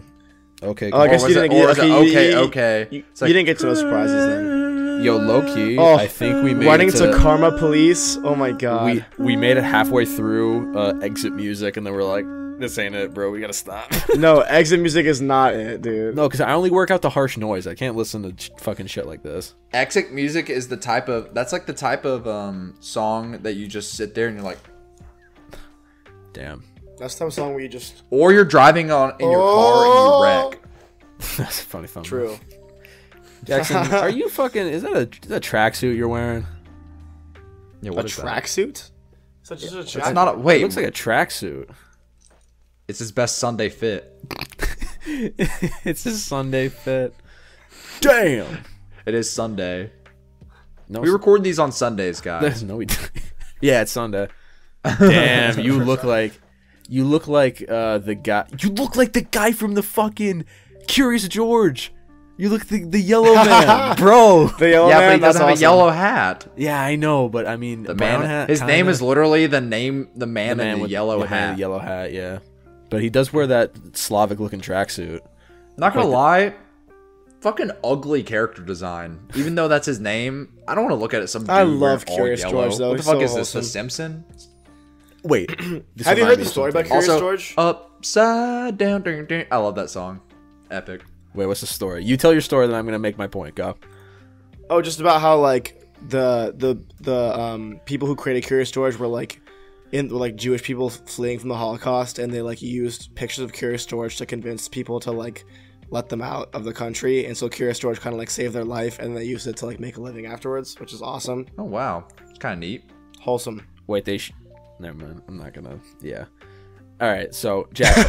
Oh, I Or guess was you it, didn't or was get. it you- okay, you- okay? You, It's like- you didn't get to no surprises then. yo low-key Oh, i think we made Running it to Karma Police. Oh my god. [LAUGHS] we we made it halfway through uh, exit music and then we're like this ain't it bro we gotta stop no, exit music is not it, [LAUGHS] dude. no because i only work out the harsh noise i can't listen to sh- fucking shit like this exit music is the type of that's like the type of um song that you just sit there and you're like damn [LAUGHS] That's the song where you just or you're driving on in your car and you wreck that's a funny fun true. jackson are you fucking is that a, is that a tracksuit you're wearing yeah A tracksuit. Such as a it's not a wait it looks like a tracksuit it's his best sunday fit it's a sunday fit damn it is sunday no we record these on sundays guys there's no we don't. [LAUGHS] yeah it's [LAUGHS] sunday damn you look like you look like uh the guy you look like the guy from the fucking curious george you look the, the [LAUGHS] yellow man bro The yellow yeah, Oh, man. but he that's doesn't have awesome. a yellow hat. Yeah, I know, but I mean, The man, his name is literally the name, the man, in the yellow hat. yellow hat, yeah. But he does wear that Slavic-looking tracksuit. Not gonna lie, fucking ugly character design. Even though that's his name, I don't want to look at it. Some I dude love all Curious yellow. George, though. What the He's fuck so is wholesome. this? The Simpson? [CLEARS THROAT] Wait, Have you heard the story about Curious also, George? upside down. Ding, ding. I love that song. Epic. Wait, what's the story? You tell your story, then I'm gonna make my point. Go. Oh, just about how like the the the um people who created Curious George were like in were like Jewish people fleeing from the Holocaust, and they like used pictures of Curious George to convince people to like let them out of the country, and so Curious George kind of like saved their life, and they used it to like make a living afterwards, which is awesome, Oh wow, it's kind of neat. wholesome. Wait, they. Sh- Never mind. I'm not gonna. Yeah. All right. So, Jack,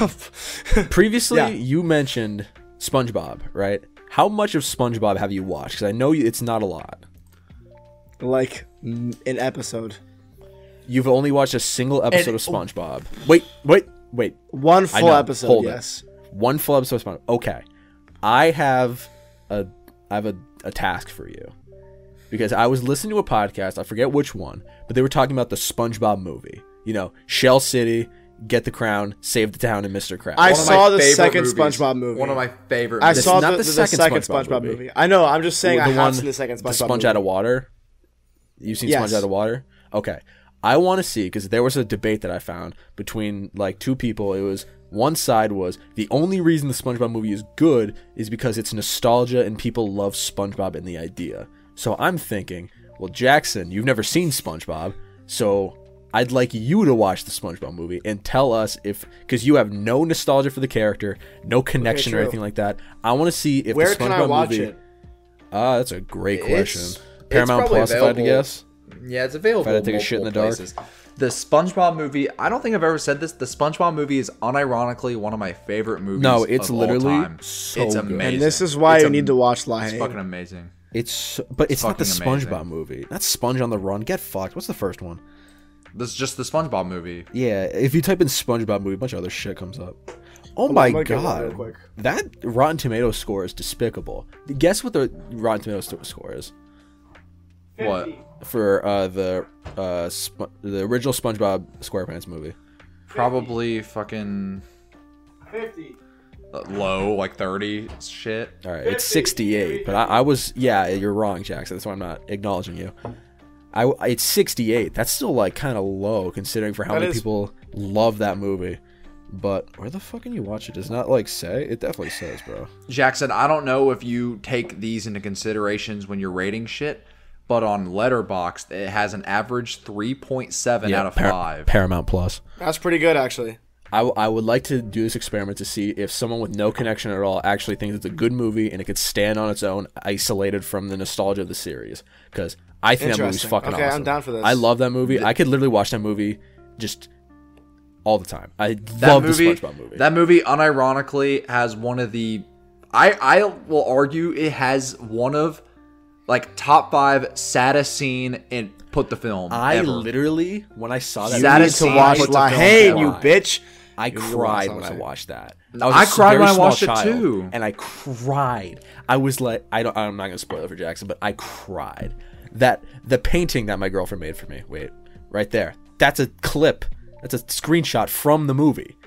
previously [LAUGHS] Yeah. you mentioned SpongeBob, right? How much of SpongeBob have you watched? Because I know you- it's not a lot. like n- an episode, You've only watched a single episode oh. of SpongeBob. Wait, wait, wait. one I full know. episode. Hold it. yes, One full episode of SpongeBob. Okay. I have a I have a, a task for you. Because I was listening to a podcast, I forget which one, but they were talking about the SpongeBob movie. You know, Shell City, Get the Crown, Save the Town, and Mr. Krabs. One I of my saw the favorite second movies. SpongeBob movie. One of my favorite. I movies. saw not the, the the, second second, SpongeBob SpongeBob, movie. movie. I know. I'm just saying. Well, I the one, have seen the second SpongeBob the sponge movie. out of water. You've seen sponge Yes. out of water. Okay, I want to see because there was a debate that I found between like two people. It was one side was the only reason the SpongeBob movie is good is because it's nostalgia and people love SpongeBob and the idea. So I'm thinking, well, Jackson, you've never seen SpongeBob, so I'd like you to watch the SpongeBob movie and tell us if because you have no nostalgia for the character, no connection or true. anything like that. I want to see if Where the SpongeBob can I watch movie. it? Ah, that's a great question. It's- Paramount it's probably Plus, if I had to available. guess. Yeah, it's available. If I had to take a shit in multiple the places. The SpongeBob movie. I don't think I've ever said this. The SpongeBob movie is unironically one of my favorite movies. No, it's of all literally time. so It's good. And amazing. And this is why It's you am- need to watch La It's Haye. fucking amazing. It's but it's, not the fucking amazing. SpongeBob movie. That's Sponge on the Run. Get fucked. What's the first one? This is just the SpongeBob movie. Yeah, if you type in SpongeBob movie, a bunch of other shit comes up. Oh my I'm gonna get one real god, quick. that Rotten Tomato score is despicable. Guess what the Rotten Tomato st- score is What? for uh, the uh, Spo- the original SpongeBob SquarePants movie? Probably fucking 50. uh, low, like thirty shit. All right, it's 68, but I, I was yeah, you're wrong, Jackson. That's why I'm not acknowledging you. I it's 68. That's still like kind of low considering for how That many is- people love that movie. But where the fuck can you watch it? Does not like say it definitely says, bro. Jackson, I don't know if you take these into considerations when you're rating shit, but on Letterboxd, it has an average three point seven out of Par- five. Paramount Plus. That's pretty good, actually. I, w- I would like to do this experiment to see if someone with no connection at all actually thinks it's a good movie and it could stand on its own, isolated from the nostalgia of the series. Because I think that movie's Interesting. fucking Okay, I'm awesome. down for this. I love that movie. I could literally watch that movie just all the time. I that love movie, the SpongeBob movie. That movie, unironically, has one of the. I I will argue it has one of, like top five saddest scene in put the film. I ever. literally, when I saw that, You That you movie, need is to scene watch puts La a film Haye, on you it. bitch. I cried when I something. watched that. I was a cried when very I small watched it child, too. and I cried. I was like, I don't. I'm not gonna spoil it for Jackson, but I cried. That the painting that my girlfriend made for me. Wait, right there. That's a clip. That's a screenshot from the movie.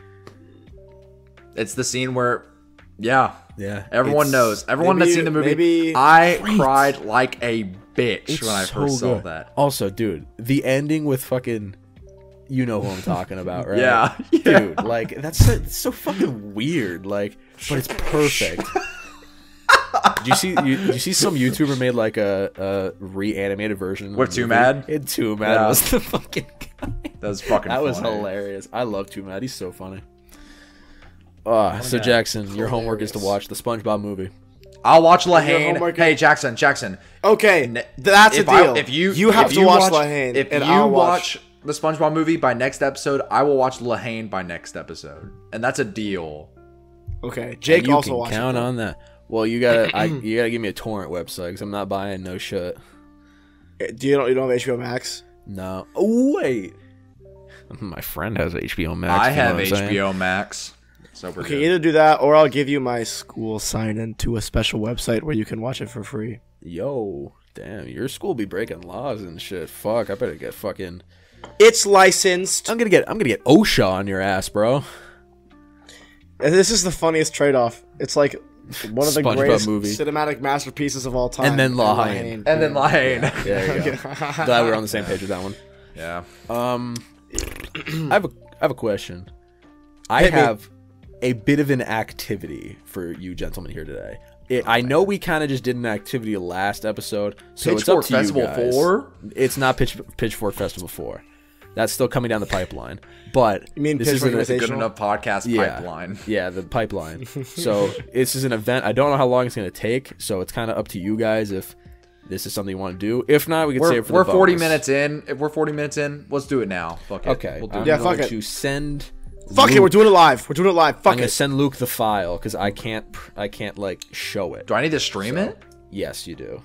it's the scene where, yeah, Yeah, everyone it's- knows. Everyone maybe- that's seen the movie, maybe- I Great. cried like a bitch It's when I so first saw good. that. Also, dude, the ending with fucking. You know who I'm talking [LAUGHS] about, right? Yeah, yeah. dude. Like that's so, it's so fucking weird. Like, but it's [LAUGHS] perfect. Did you see? You, did you see some YouTuber made like a, a reanimated version. of With the Too movie? Mad? It too mad Yeah. was the fucking guy. That was fucking. That was funny. hilarious. I love Too Mad. He's so funny. Uh, so Jackson, your homework is to watch the SpongeBob movie. I'll watch Lahane. homework Hey, Jackson, Jackson. Okay, Ne- that's a if I- deal. if you you have if to you watch, La Haye, if and you I'll watch the SpongeBob movie by next episode, I will watch Lahane by next episode, and that's a deal. Okay, Jake you also can watched. it. count on that. Well, you [CLEARS THROAT] gotta, I, you gotta give me a torrent website because I'm not buying no shit. Do you don't you don't have HBO Max? No. Oh, wait. [LAUGHS] My friend has HBO Max. I you know have what I'm saying? HBO Max, so we're Okay, good. either do that or I'll give you my school sign in to a special website where you can watch it for free. Yo, damn, your school be breaking laws and shit. Fuck, I better get fucking. It's licensed. I'm gonna get, I'm gonna get OSHA on your ass, bro. And this is the funniest trade off. It's like one of the SpongeBob greatest movie. cinematic masterpieces of all time. And then La Haye. And then Lahane. Yeah. There [LAUGHS] you go. Glad we were on the same page with that one. Um, I have a, I have a question. I Hit me. have a bit of an activity for you gentlemen here today. It, I know we kind of just did an activity last episode, so it's up Pitchfork to you Festival guys. 4? It's not Pitch, Pitchfork Festival four. That's still coming down the pipeline. But You mean this is an- Pitchfork Good enough podcast yeah, pipeline. Yeah, the pipeline. so this is an event. I don't know how long it's going to take, so it's kind of up to you guys if this is something you want to do. If not, we can save We're, it for we're the 40 bonus. minutes in. If we're 40 minutes in, let's do it now. Fuck it. Okay. uh, We'll do I'm it. Yeah, fuck going it. to send. [LAUGHS] Fuck it, we're doing it live. We're doing it live. I'm Fuck gonna it. send Luke the file because I can't. pr- I can't like show it. Do I need to stream it? Yes, you do.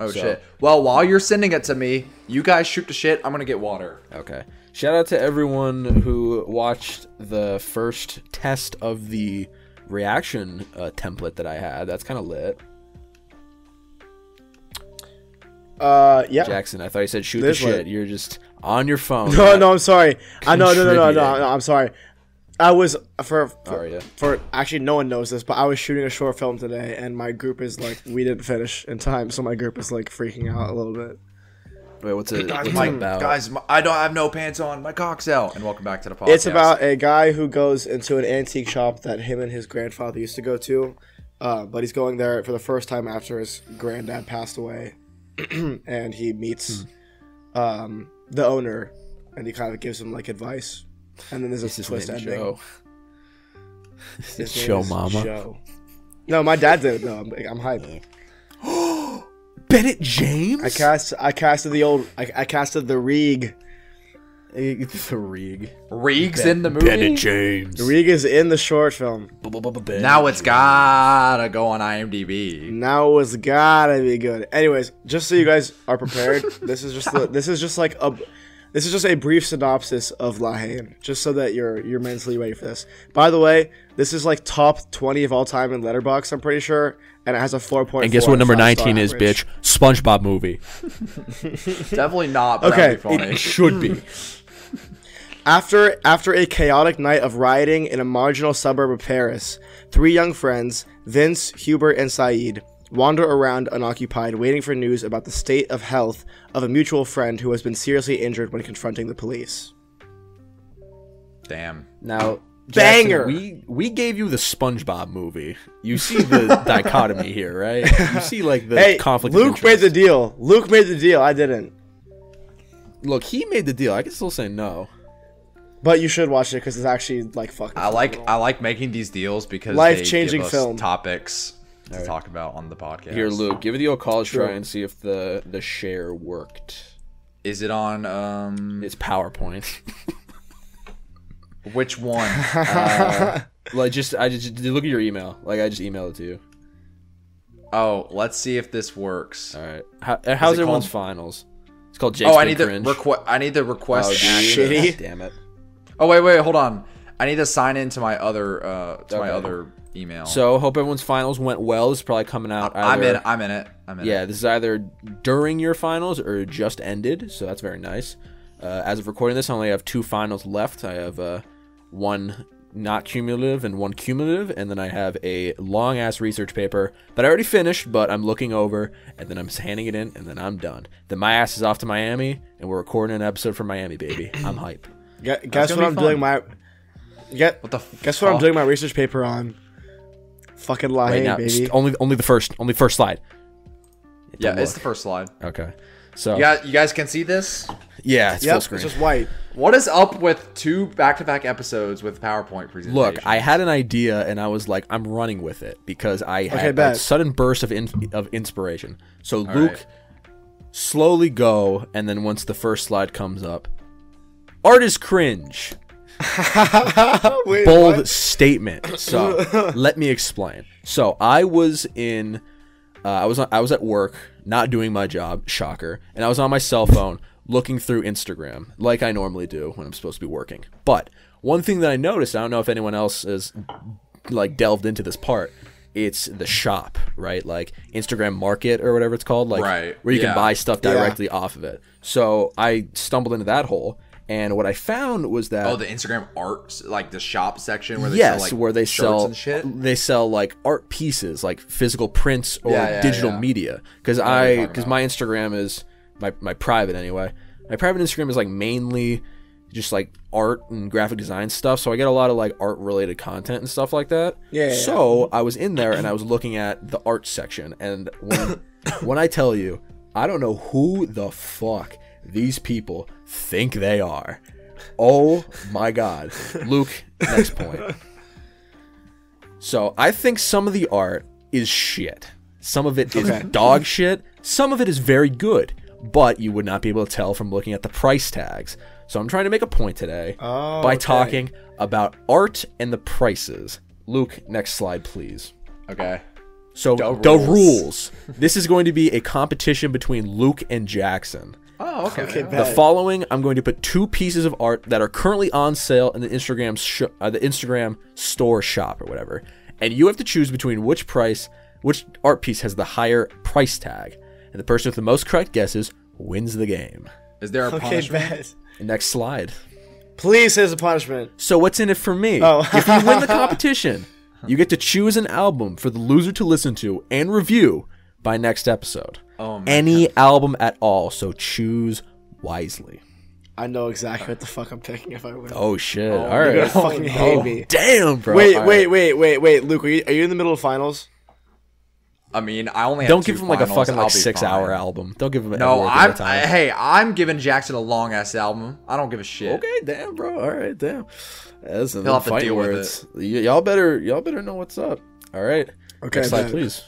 Oh, so- shit. Well, while you're sending it to me, you guys shoot the shit. I'm going to get water. Okay. Shout out to everyone who watched the first test of the reaction uh, template that I had. That's kind of lit. Uh, yeah. Jackson, I thought you said shoot This the shit. one. You're just on your phone. [LAUGHS] No, no, I'm sorry. I no, no, no, no, no, Contributing. no. I'm sorry. I was for for, Sorry, yeah. for actually no one knows this, but I was shooting a short film today, and my group is like we didn't finish in time, so my group is like freaking out a little bit. Wait, what's it, what's it [CLEARS THROAT] my, about? guys, my, I don't have no pants on. My cock's out. And welcome back to the podcast. It's about a guy who goes into an antique shop that him and his grandfather used to go to, uh, but he's going there for the first time after his granddad passed away, [CLEARS THROAT] and he meets Hmm. um, the owner, and he kind of gives him like advice, and then there's a It's his twist name, ending. Joe. It's His name Joe is Mama. Joe. No, my dad did it though. I'm, I'm hype. Bennett James? I cast. I casted the old. I, I casted the Reeg. [LAUGHS] The Reeg. Reeg's in the movie. James. The Reeg is in the short film. Now it's gotta go on IMDb. Now it's gotta be good. Anyways, just so you guys are [LAUGHS] prepared, this is just the, this is just like a this is just a brief synopsis of La Haine, just so that you're you're mentally ready for this. By the way, this is like top twenty of all time in Letterbox, I'm pretty sure, and it has a four point. And guess what number 19 is, bitch? SpongeBob movie. Definitely not. But okay. Okay, [LAUGHS] funny. It should be. After after a chaotic night of rioting in a marginal suburb of Paris, three young friends, Vince, Hubert, and Saeed, wander around unoccupied, waiting for news about the state of health of a mutual friend who has been seriously injured when confronting the police. Damn. Now, Jackson, Banger. we we gave you the SpongeBob movie. You see the [LAUGHS] dichotomy here, right? You see like the hey, conflict. Luke of made the interest. deal. Luke made the deal. I didn't, look. He made the deal. I can still say no. but you should watch it because it's actually like fucking. Uh, I like I like making these deals because Life-changing they give us film. topics to talk about on the podcast. Here, Luke, give it the old college try and see if the the share worked. Is it on um It's PowerPoint. [LAUGHS] which one? like just I just dude, look at your email. Like I just emailed it to you. oh, let's see if this works. All right. How, uh, how's it everyone's called? finals? It's called Jake's Oh, I Big need the Cringe. request. I need the request. Oh, action. dude. Shitty. God Damn it. Oh wait, wait, hold on. I need to sign in to my other uh to my Okay. other email. So hope everyone's finals went well. This is probably coming out. Either, I'm in. I'm in it. I'm in. Yeah, It. this is either during your finals or just ended, so that's very nice. Uh, as of recording this, I only have two finals left. I have uh, one not cumulative and one cumulative, and then I have a long ass research paper that I already finished, but I'm looking over, and then I'm just handing it in, and then I'm done. Then my ass is off to Miami, and we're recording an episode from Miami, baby. I'm hype. Gu- guess gonna what be I'm fun. doing my. Get, What the? guess what I'm fuck? doing my research paper on. Fucking Right lying, now, baby. just only only the first only first slide. Yeah, Don't it's look. the first slide. Okay. So You guys, you guys can see this. yeah, it's Yep, full it's screen. just white. What is up with two back-to-back episodes with PowerPoint presentation? Look, I had an idea and I was like, I'm running with it because I had a bet. sudden burst of in- of inspiration. So Luke, slowly go, and then once the first slide comes up, art is cringe. Wait, Bold [LAUGHS] statement. So let me explain. So I was in, uh, I was on, I was at work, not doing my job, shocker, and I was on my cell phone looking through Instagram like I normally do when I'm supposed to be working. But one thing that I noticed, I don't know if anyone else is like delved into this part it's the shop right like instagram market or whatever it's called like Right, where you yeah. can buy stuff directly off of it so i stumbled into that hole and what i found was that Oh, the Instagram art, like the shop section where they yes, sell like where they shirts sell and shit. they sell like art pieces, like physical prints or Yeah, yeah, digital yeah. media. Because I because my Instagram is my my private anyway. My private Instagram is like mainly just like art and graphic design stuff. So I get a lot of like art related content and stuff like that. Yeah, yeah, So I was in there and I was looking at the art section, and [COUGHS] when when I tell you, I don't know who the fuck these people think they are. Oh my god. Luke, next point. So I think some of the art is shit. Some of it is dog shit. Some of it is very good, but you would not be able to tell from looking at the price tags. So I'm trying to make a point today by talking about art and the prices. Luke, next slide, please. okay. So the rules. rules. this is going to be a competition between Luke and Jackson. Oh, okay. The following, I'm going to put two pieces of art that are currently on sale in the Instagram sh- uh, the Instagram store shop or whatever, and you have to choose between which price, which art piece has the higher price tag. and the person with the most correct guesses wins the game. Is there a Okay, punishment? bet. Next slide. Please, here's a punishment. So what's in it for me? Oh. if you win the competition, you get to choose an album for the loser to listen to and review by next episode. Oh, man. Any album at all, so choose wisely. I know exactly what the fuck I'm picking if I win. Oh shit! all You're right. gonna fucking Oh, hate me. Damn, bro. Wait, All right. wait, wait, wait, wait, Luke, are you, are you in the middle of finals? I mean, I only have Don't two give him like a finals, fucking I'll like be six fine. hour album. Don't give him No, every I'm. I, time. hey, I'm giving Jackson a long ass album. I don't give a shit. okay, damn, bro. All right, damn. That's some He'll have to fight deal with words. Y- y'all better, y'all better know what's up. All right. Okay, Next slide, bet. please.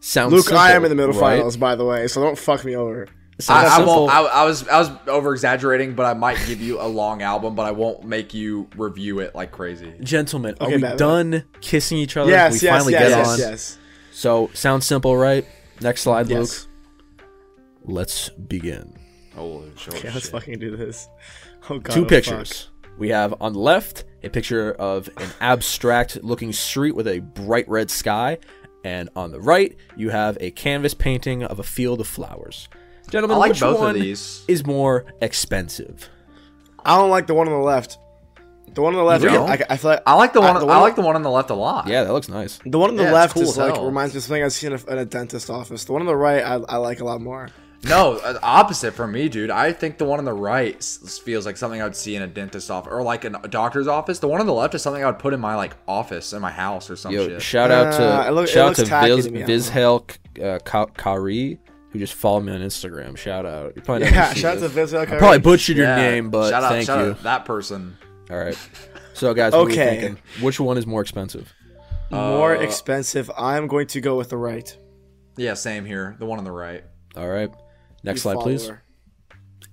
Sounds Luke, I simple, am in the middle right? finals, by the way, so don't fuck me over. Sounds I, I simple. won't. I, I was. I was over exaggerating, but I might give you a long album, but I won't make you review it like crazy. Gentlemen, are Okay, we bet, bet. done kissing each other? Yes, we yes, finally yes, get yes, on. yes. So, sounds simple, right? Next slide, Yes. Luke. Let's begin. Holy shit. Okay, let's fucking do this. Oh god. Two oh, fuck. pictures. We have on the left a picture of an abstract looking street with a bright red sky, and on the right you have a canvas painting of a field of flowers. Gentlemen, I like which both of one these. is more expensive? I don't like the one on the left. The one on the left, You I, don't? I, I feel like I like the one. the I on- like the one on the left a lot. Yeah, that looks nice. The one on the Yeah, it's left cool is as like hell. reminds me of something I've seen in a, in a dentist office. The one on the right, I, I like a lot more. No, uh, opposite for me, dude. I think the one on the right s- feels like something I would see in a dentist's office or like an- a doctor's office. The one on the left is something I would put in my like office in my house or some Yo, shit. shout out to Uh, it look- it shout looks out to tacky Viz, to me, I don't Vizhel uh, Ka- Kari, who just followed me on Instagram. Shout out. You're probably not gonna Yeah, see shout out to this. Vince I probably butchered your name, but shout out, thank shout you. out that person. All right. So guys, what are we Okay. thinking? which one is more expensive? More Uh, expensive. I'm going to go with the right. Yeah, same here. The one on the right. All right. Next You slide, please. follower.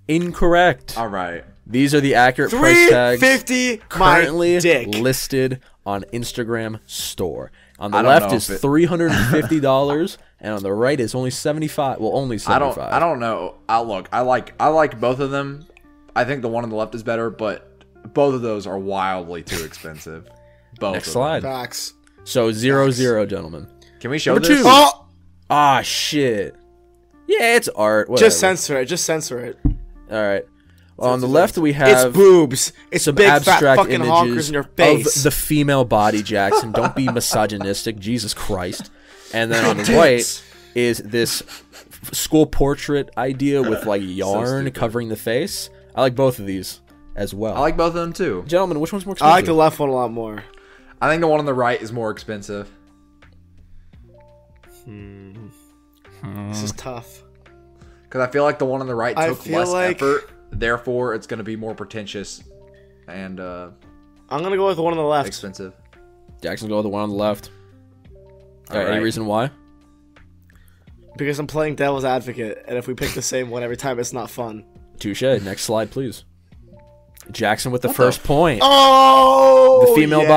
Incorrect. All right. These are the accurate price tags 350 my currently dick. listed on Instagram store. On the I don't left know is if it- three hundred and fifty dollars, [LAUGHS] and on the right is only seventy five. Well, only I seventy don't. five. I don't know. I look. I like. I like both of them. I think the one on the left is better, but both of those are wildly too expensive. Both. Next of slide. Facts. So zero zero, gentlemen. Them. Can we show Number this? two. Oh, Ah shit. Yeah, it's art. Whatever. just censor it. Just censor it. All right. on the left we have it's boobs. It's some big fat abstract fucking honkers images in your face. of the female body, Jackson. Don't be misogynistic, Jesus Christ. And then on the right is this f- school portrait idea with like yarn covering the face. I like both of these as well. I like both of them too. gentlemen. Which one's more I expensive? like the left one a lot more. I think the one on the right is more expensive. This Mm. is tough. Because I feel like the one on the right I took feel less like- effort, therefore it's going to be more pretentious and uh, I'm gonna go with the one on the left. expensive. Jackson's go with the one on the left. All right, All Any right. reason why? Because I'm playing devil's advocate, and if we pick the same one every time, it's not fun. Touche. Next slide, please. Jackson with the first point. Oh, The female yeah.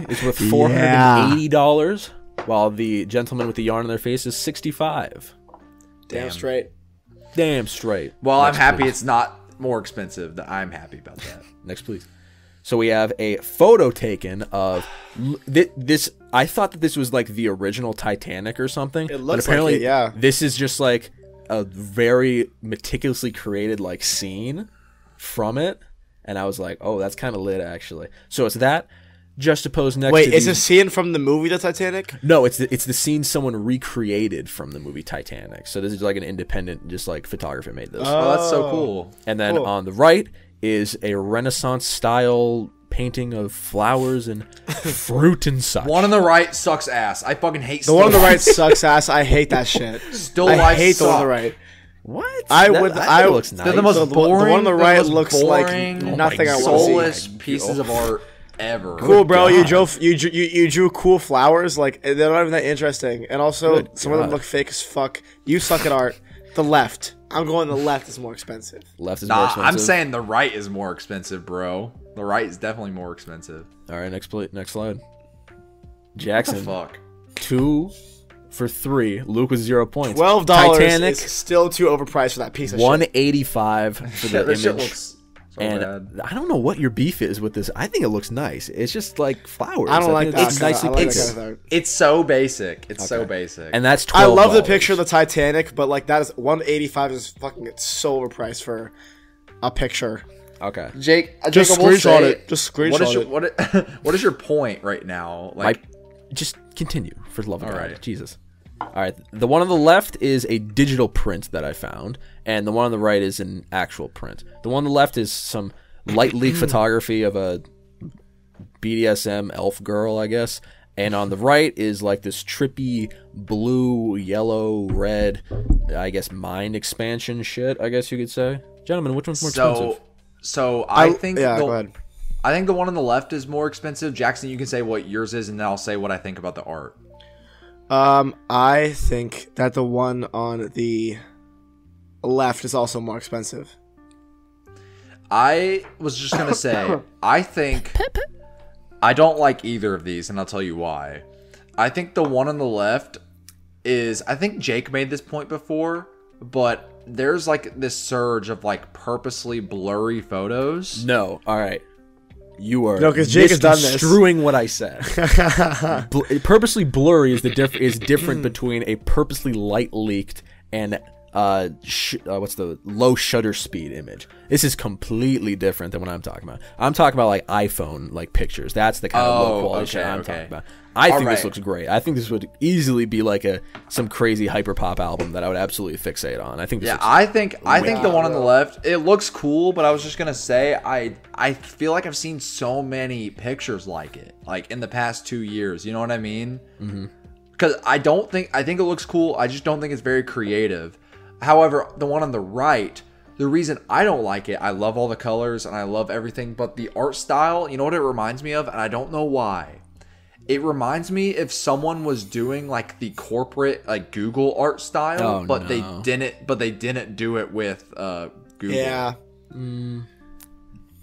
body is worth four hundred and eighty dollars, while the gentleman with the yarn on their face is sixty-five. Damn straight. Damn straight. Well, Next, I'm happy please. it's not more expensive. That I'm happy about that. Next, please. So we have a photo taken of l- thi- this. I thought that this was like the original Titanic or something. It looks like but apparently, it, yeah. This is just like a very meticulously created like scene from it, and I was like, oh, that's kind of lit actually. So it's that juxtaposed next. Wait, to is these- this scene from the movie The Titanic? No, it's the, it's the scene someone recreated from the movie Titanic. So this is like an independent, just like photographer made this. Oh, that's so cool. and then cool. on the right is a Renaissance style painting of flowers [LAUGHS] and fruit and such. One on the right sucks ass. I fucking hate The one on the right sucks ass. I hate that shit. Still I life hate the one on suck. the right. what? I That- would- that I- looks they're nice. They're the most The one- the boring. one on the they're right most looks like nothing I wanna see. Soulless pieces of art ever. Cool, bro. You drew you, drew- you you drew cool flowers. Like they're not even that interesting. And also, Good some of them God. look fake as fuck. You suck at art. The left. I'm going. The left is more expensive. Left is more Nah, expensive. I'm saying the right is more expensive, bro. The right is definitely more expensive. All right, next plate, next slide. The Jackson fuck. two for three. Luke with zero points. Twelve dollars Titanic is still too overpriced for that piece of shit. one eighty five for the That image. shit looks and bad. I don't know what your beef is with this. I think it looks nice. It's just like flowers. I don't like think that. It's kinda- nicely I like that painted. kind of thing. It's so basic. It's so basic. and that's I twelve. love the picture of the Titanic, but like that is 185 is fucking it's so overpriced for a picture. Okay. Jake, uh, Just Jacob, we'll screenshot say, it. Just What is screenshot your it. what? i- [LAUGHS] what is your point right now? I Like, just continue for the love of All God. right. Jesus. All right. The one on the left is a digital print that I found, and the one on the right is an actual print. The one on the left is some light [CLEARS THROAT] leak photography of a BDSM elf girl, I guess. And on the right is like this trippy blue, yellow, red, I guess mind expansion shit, I guess you could say. Gentlemen, which one's more so, expensive? so I, think yeah, the, go ahead. I think the one on the left is more expensive. Jackson, you can say what yours is, and then I'll say what I think about the art. Um, I think that the one on the left is also more expensive. I was just gonna say, I think I don't like either of these, and I'll tell you why. I think the one on the left is I think Jake made this point before, but there's like this surge of like purposely blurry photos. No. All right. You are No, 'cause Jake has done this. misconstruing what I said. [LAUGHS] Bl- purposely blurry is the diff- is different between a purposely light leaked and uh, sh- uh what's the low shutter speed image. This is completely different than what I'm talking about. I'm talking about like iPhone like pictures. That's the kind of Oh, low quality shit okay, I'm okay. talking about. I think this right. looks great. I think this would easily be like a some crazy hyper pop album that I would absolutely fixate on. I think this Yeah, looks- I think I think the one on the left it looks cool, but I was just gonna say I I feel like I've seen so many pictures like it like in the past two years. You know what I mean? Mm-hmm. Because I don't think I think it looks cool. I just don't think it's very creative. However, the one on the right, the reason I don't like it, I love all the colors and I love everything, but the art style, you know what it reminds me of, and I don't know why. It reminds me if someone was doing like the corporate like Google art style, Oh, but they no. didn't but they didn't do it with uh Google. Yeah.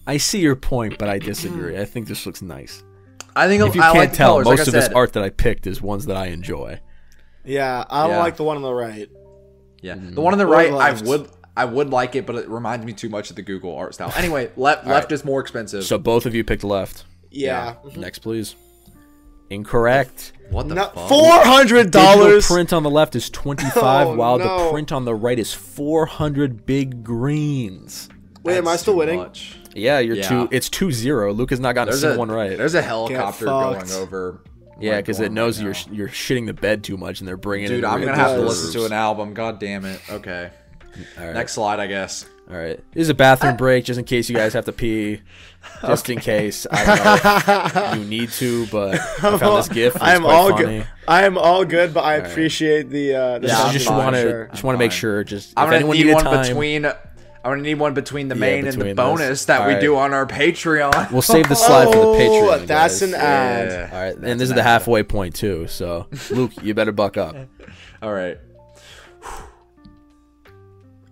I see your point, but I disagree. I think this looks nice. I think If you I can't like the tell, colors, most like I of this said. art that I picked is ones that I enjoy. Yeah, I don't Yeah. like the one on the right. Yeah, Mm-hmm. the one on the right, I left. would I would like it, but it reminds me too much of the Google art style. Anyway, left left is more expensive. So both of you picked left. Yeah. Next, please. Incorrect. what the Not fuck? $400. Digital print on the left is 25 Oh, while the no. print on the right is 400 big greens. Wait, am I That's still too winning? [LAUGHS] much. Yeah, you're Yeah. two it's 2-0. Luke has not gotten a There's single a one right. There's a helicopter fucked. going over. yeah, like, cuz one it knows right you're now. sh- you're shitting the bed too much and they're bringing Dude, in I'm real gonna have to deserves. listen to an album. God damn it. Okay. right. Next slide, I guess. All right. This is a [LAUGHS] bathroom break just in case you guys have to pee. Just [LAUGHS] in case. I don't know if you need to, but [LAUGHS] I found this gift. and I it's am quite all funny. good. I am all good, but I appreciate the. Uh, the Yeah, shout I I'm just out, fine, want to sure. just want to make fine. sure just I'm if gonna anyone need needed one time, between. I'm gonna need one between the main and the between bonus those. that we Alright. do on our Patreon. We'll save the slide for the Oh, Patreon. that's guys. an ad. Yeah. All right, and this is the halfway point too. [LAUGHS] So, Luke, you better buck up. [LAUGHS] All right.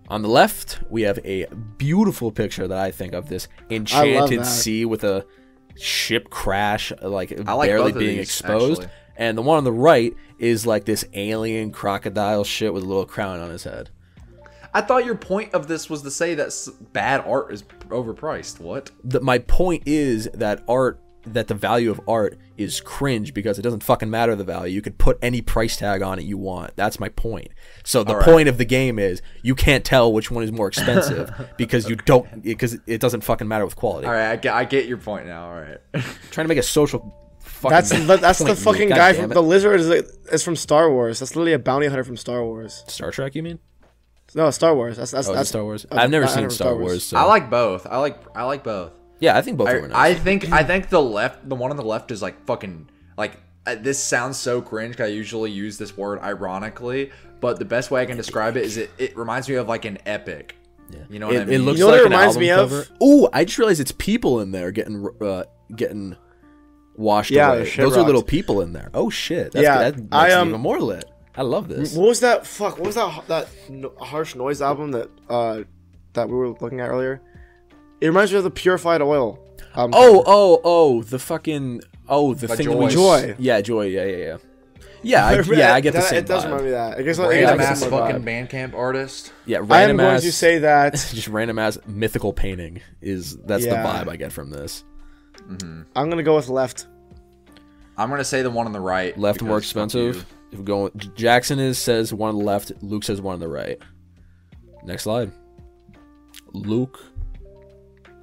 On the left, we have a beautiful picture that I think of this that. enchanted sea with a ship crash, like like barely both of being these, exposed. actually. And the one on the right is like this alien crocodile shit with a little crown on his head. I thought your point of this was to say that s- bad art is overpriced. What? the, my point is that art that the value of art is cringe because it doesn't fucking matter the value you could put any price tag on it you want that's my point so the point of the game is you can't tell which one is more expensive because you don't because it doesn't fucking matter with quality All right, I get, I get your point now. All right. trying to make a social fucking That's the, that's the point, Luke. fucking God guy damn from it. the lizard is, like, is from Star Wars. That's literally a bounty hunter from Star Wars. Star Trek you mean No, Star Wars. That's that's, oh is it that's Star Wars uh, I've never uh, seen Star Wars so [LAUGHS] I like both. I like I like both. yeah I think both of them are I, I nice. think [CLEARS THROAT] I think the left, the one on the left is like fucking like uh, this sounds so cringe. 'cause I usually use this word ironically, but the best way I can describe it is it, it reminds me of like an epic. You know what I it, mean? it looks You know what like it an reminds album me of? cover. Ooh, I just realized it's people in there getting uh, getting washed Yeah, away. they're Those shit are rocked. little people in there. Oh shit! That's, Yeah, that makes I, it um, even more lit. I love this. What was that? Fuck. What was that? har- That no, harsh noise album that uh that we were looking at earlier. It reminds me of the purified oil. Um, Oh, oh, oh! The fucking oh, the By thing that we Joyce. Joy. Yeah, joy. Yeah, yeah, yeah. Yeah, I, yeah, I get the [LAUGHS] That- same. It does vibe. remind me of that. I guess I- I get Random a ass similar fucking vibe. Bandcamp artist. Yeah, I am random going ass. to say [LAUGHS] that just random ass mythical painting is that's Yeah. the vibe I get from this. I'm going to go with left. I'm gonna say the one on the right. Left more because fuck expensive. you. If we go Jackson is says one on the left. Luke says one on the right. Next slide. Luke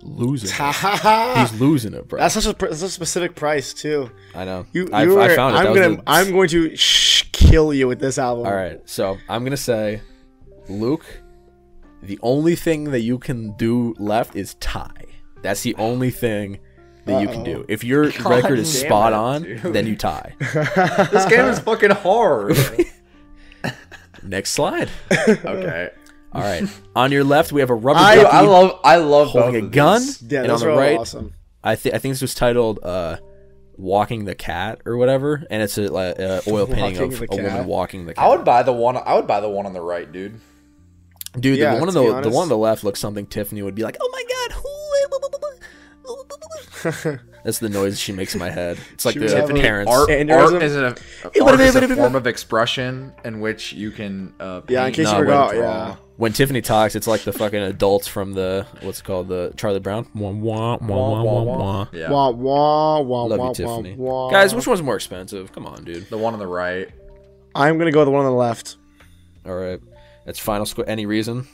losing. it. He's losing it, bro. [LAUGHS] That's such a, pr- such a specific price too. I know. You, you I, were, I found it. I'm That was gonna, the- I'm going to sh- kill you with this album. All right, so I'm gonna say, Luke, the only thing that you can do left is tie. That's the only thing that you can do. If [LAUGHS] your record is damn spot it, on, dude. then you tie. This [LAUGHS] game is fucking [LAUGHS] hard. Next slide. okay. All right. On your left, we have a rubber I, ducky I love I love both holding a of gun, these. Yeah, and on those are the all right, awesome. I think I think this was titled uh, "Walking the Cat" or whatever, and it's a like, uh, oil painting of Walking the a woman cat. walking the cat. I would buy the one. I would buy the one on the right, dude. Dude, Yeah, the one on to be the, the honest. one on the left looks something Tiffany would be like, "Oh my god!" That's the noise she makes in my head. It's like the was having parents. Art, Aneurysm. art is a, art is a form of expression in which you can uh, Yeah, in paint case No, you I forgot. wouldn't Yeah. draw. When Tiffany talks, it's like the fucking adults from the what's it called the Charlie Brown. Wah, wah, wah, wah, wah, wah. Yeah. Wah wah wah Love wah you, Tiffany. wah wah. Guys, which one's more expensive? Come on, dude. The one on the right. I'm gonna go with the one on the left. All right, that's final score. Any reason?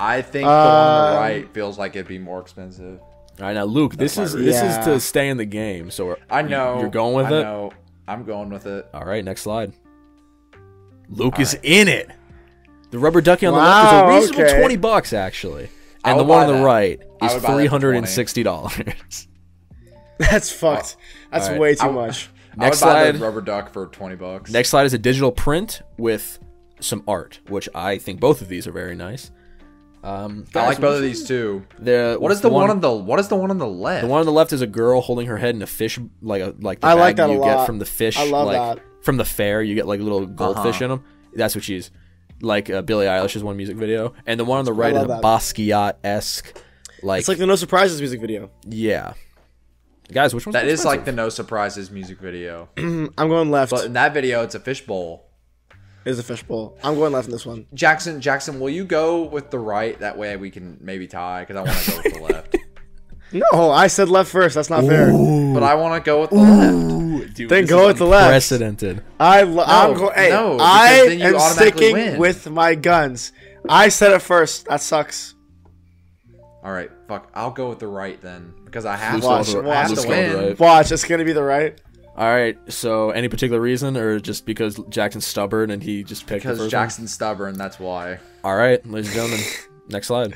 I think the one on Um, the right feels like it'd be more expensive. All right, now Luke, this is this Yeah. is to stay in the game. So we're- I you- know. you're going with I it. know. I'm going with it. All right, next slide. Luke is in it. The rubber ducky on the Wow, left is a reasonable okay. twenty bucks actually, I and the would one buy on the that. right is I would buy that for three hundred and sixty dollars. [LAUGHS] [LAUGHS] That's fucked. Oh. That's alright. way [LAUGHS] too much. Next I would buy slide. the rubber duck for twenty bucks. Next slide is a digital print with some art, which I think both of these are very nice. Um, I guys, like both of these too. The What is the one, on the What is the one on the left? the one on the left is a girl holding her head in a fish like a like the I bag like that a you lot. get from the fish I love like that. from the fair you get like little goldfish in 'em. in them. That's what she's like uh, Billie Eilish's one music video, and the one on the right is love a that. Basquiat esque like, It's like the No Surprises music video. yeah. Guys, which one's that more is like the expensive? No Surprises music video. I'm going left. But in that video, it's a fishbowl. Is a fishbowl. I'm going left in this one. Jackson, Jackson, will you go with the right? That way we can maybe tie because I want to go [LAUGHS] with the left. No, I said left first. That's not fair. But I want to go with the left. Dude, Then this go is with the left. unprecedented. I lo- I'm No, go- hey, no, because I then you am automatically sticking win. with my guns. I said it first. That sucks. All right, fuck. I'll go with the right then because I have Watch, to. I watch. have Let's to go with the win. right. Watch, it's gonna be the right. All right, so any particular reason, or just because Jackson's stubborn and he just picked the Because first Jackson's stubborn, that's [LAUGHS] why. one? All right, ladies and gentlemen, next slide.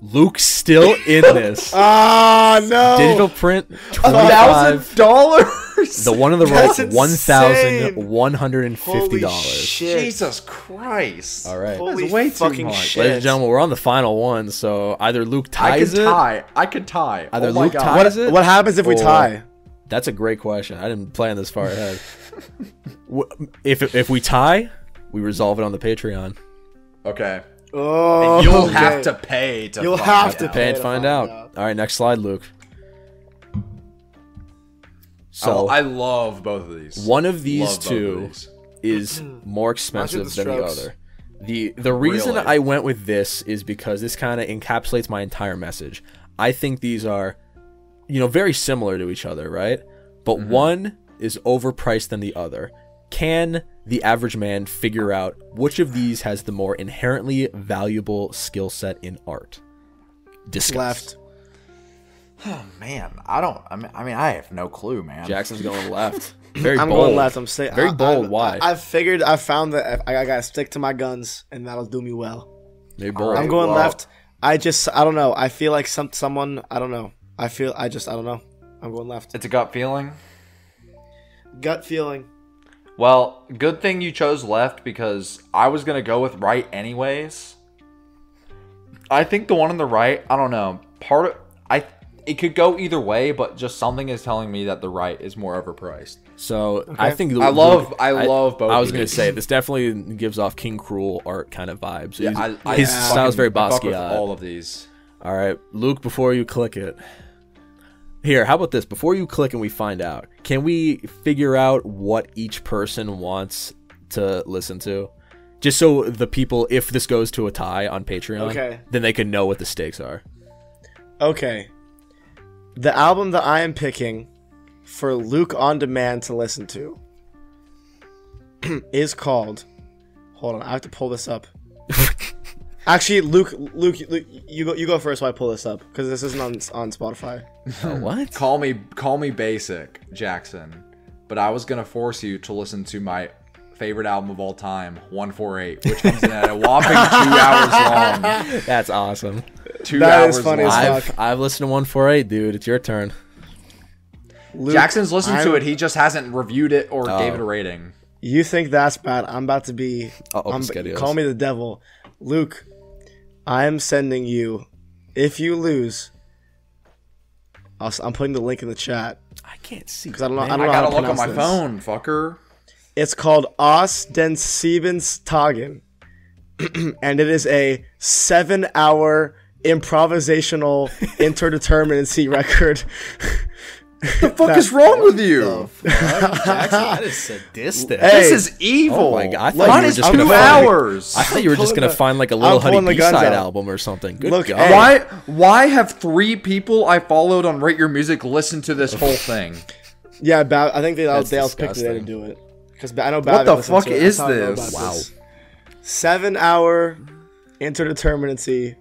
Luke's still in this Ah no. digital print. Thousand dollars. The one on the That's right, one insane. thousand one hundred and fifty Holy dollars. shit. Jesus Christ! All right, Holy way too fucking much. shit. ladies and gentlemen, we're on the final one. So either Luke I ties could it. tie. I could tie. Either oh my Luke God. ties What, it. what happens if we or- tie? That's a great question. I didn't plan this far ahead. [LAUGHS] W- if if we tie, we resolve it on the Patreon. Okay. Oh, You'll okay. have to pay to. You'll find have to out. Pay Pay and to find find out. out. All right, next slide, Luke. So Oh, I love both of these. one of these Love both of two these. is more expensive than the Strokes. other. The the reason Really? I went with this is because this kind of encapsulates my entire message. I think these are you know very similar to each other, right? But one is overpriced than the other. Can the average man figure out which of these has the more inherently valuable skill set in art? Discuss. left. Man, I don't. I mean, I mean, I have no clue, man. Jackson's going [LAUGHS] left. Very I'm bold. going left. I'm saying very I, bold. I, Why? I, I figured I found that I, I gotta stick to my guns, and that'll do me well. very bold. I'm going left. I just I don't know. I feel like some someone I don't know. I feel I just I don't know. I'm going left. It's a gut feeling. Gut feeling. Well, good thing you chose left because I was gonna go with right anyways. I think the one on the right, I don't know. Part of I it could go either way, but just something is telling me that the right is more overpriced. So I think I love- I love both I was of gonna these. say this definitely gives off King Cruel art kind of vibes. Yeah, He's- I, I his fucking- style's very I fuck with Basquiat. All of these. All right, Luke, before you click it, Here, how about this? Before you click and we find out, can we figure out what each person wants to listen to? Just so the people, if this goes to a tie on Patreon, Okay. then they can know what the stakes [LAUGHS] are. Okay. The album that I am picking for Luke on demand to listen to [CLEARS THROAT] is called. Hold on, I have to pull [LAUGHS] this up. Actually, Luke, Luke, Luke, you go, you go first. While I pull this up because this isn't on on Spotify. Oh, what? Call me call me basic, Jackson. But I was gonna force you to listen to my favorite album of all time, 148, which comes in at a whopping two [LAUGHS] hours long. That's awesome. Two That hours is funny as long. fuck. I've, I've listened to 148, dude. It's your turn. Luke, Jackson's listened to I'm- it, he just hasn't reviewed it or Oh. gave it a rating. You think that's bad? I'm about to be. Uh-oh, I'm- Piscatios. call me the devil, Luke. I am sending you. If you lose, I'll, s- I'm putting the link in the chat I can't see. because I don't know. I don't I know how gotta to look on my pronounce this. phone, fucker. It's called Os den Siebens [CLEARS THROAT] and it is a seven-hour [LAUGHS] improvisational interdeterminacy record. The fuck is wrong with you? [LAUGHS] That is sadistic. Hey, This is evil. Oh my God, I thought you Like, mine were is just two gonna find- hours. I thought you were just pulling gonna the- find like a little I'm Honey pulling the B guns side out. album or something. Good Look, God. hey, Why? Why have three people I followed on Rate Your Music listened to this whole [LAUGHS] thing? yeah, Bab, I think they all, That's they all picked today to disgusting. do it because I know. Bab What the listened fuck to it. That's is how I know this? about Seven-hour interdeterminacy. [LAUGHS]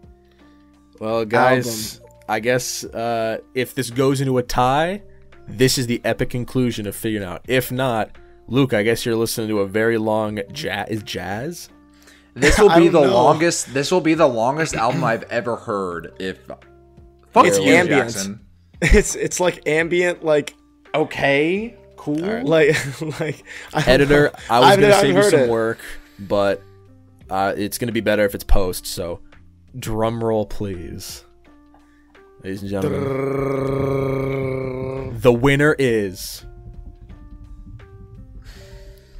Well, guys, I guess uh, if this goes into a tie, this is the epic conclusion of figuring out. If not, Luke, I guess you're listening to a very long jazz. Is jazz? This will [LAUGHS] I be don't the know. longest. This will be the longest album I've ever heard. If fuck It's you, ambient. Jackson. It's it's like ambient, like Okay, cool. like [LAUGHS] like I don't [LAUGHS] Editor, know. I was I've- gonna I've save you heard some it. work, but uh, it's gonna be better if it's post. So, drum roll, please, ladies and gentlemen. The winner is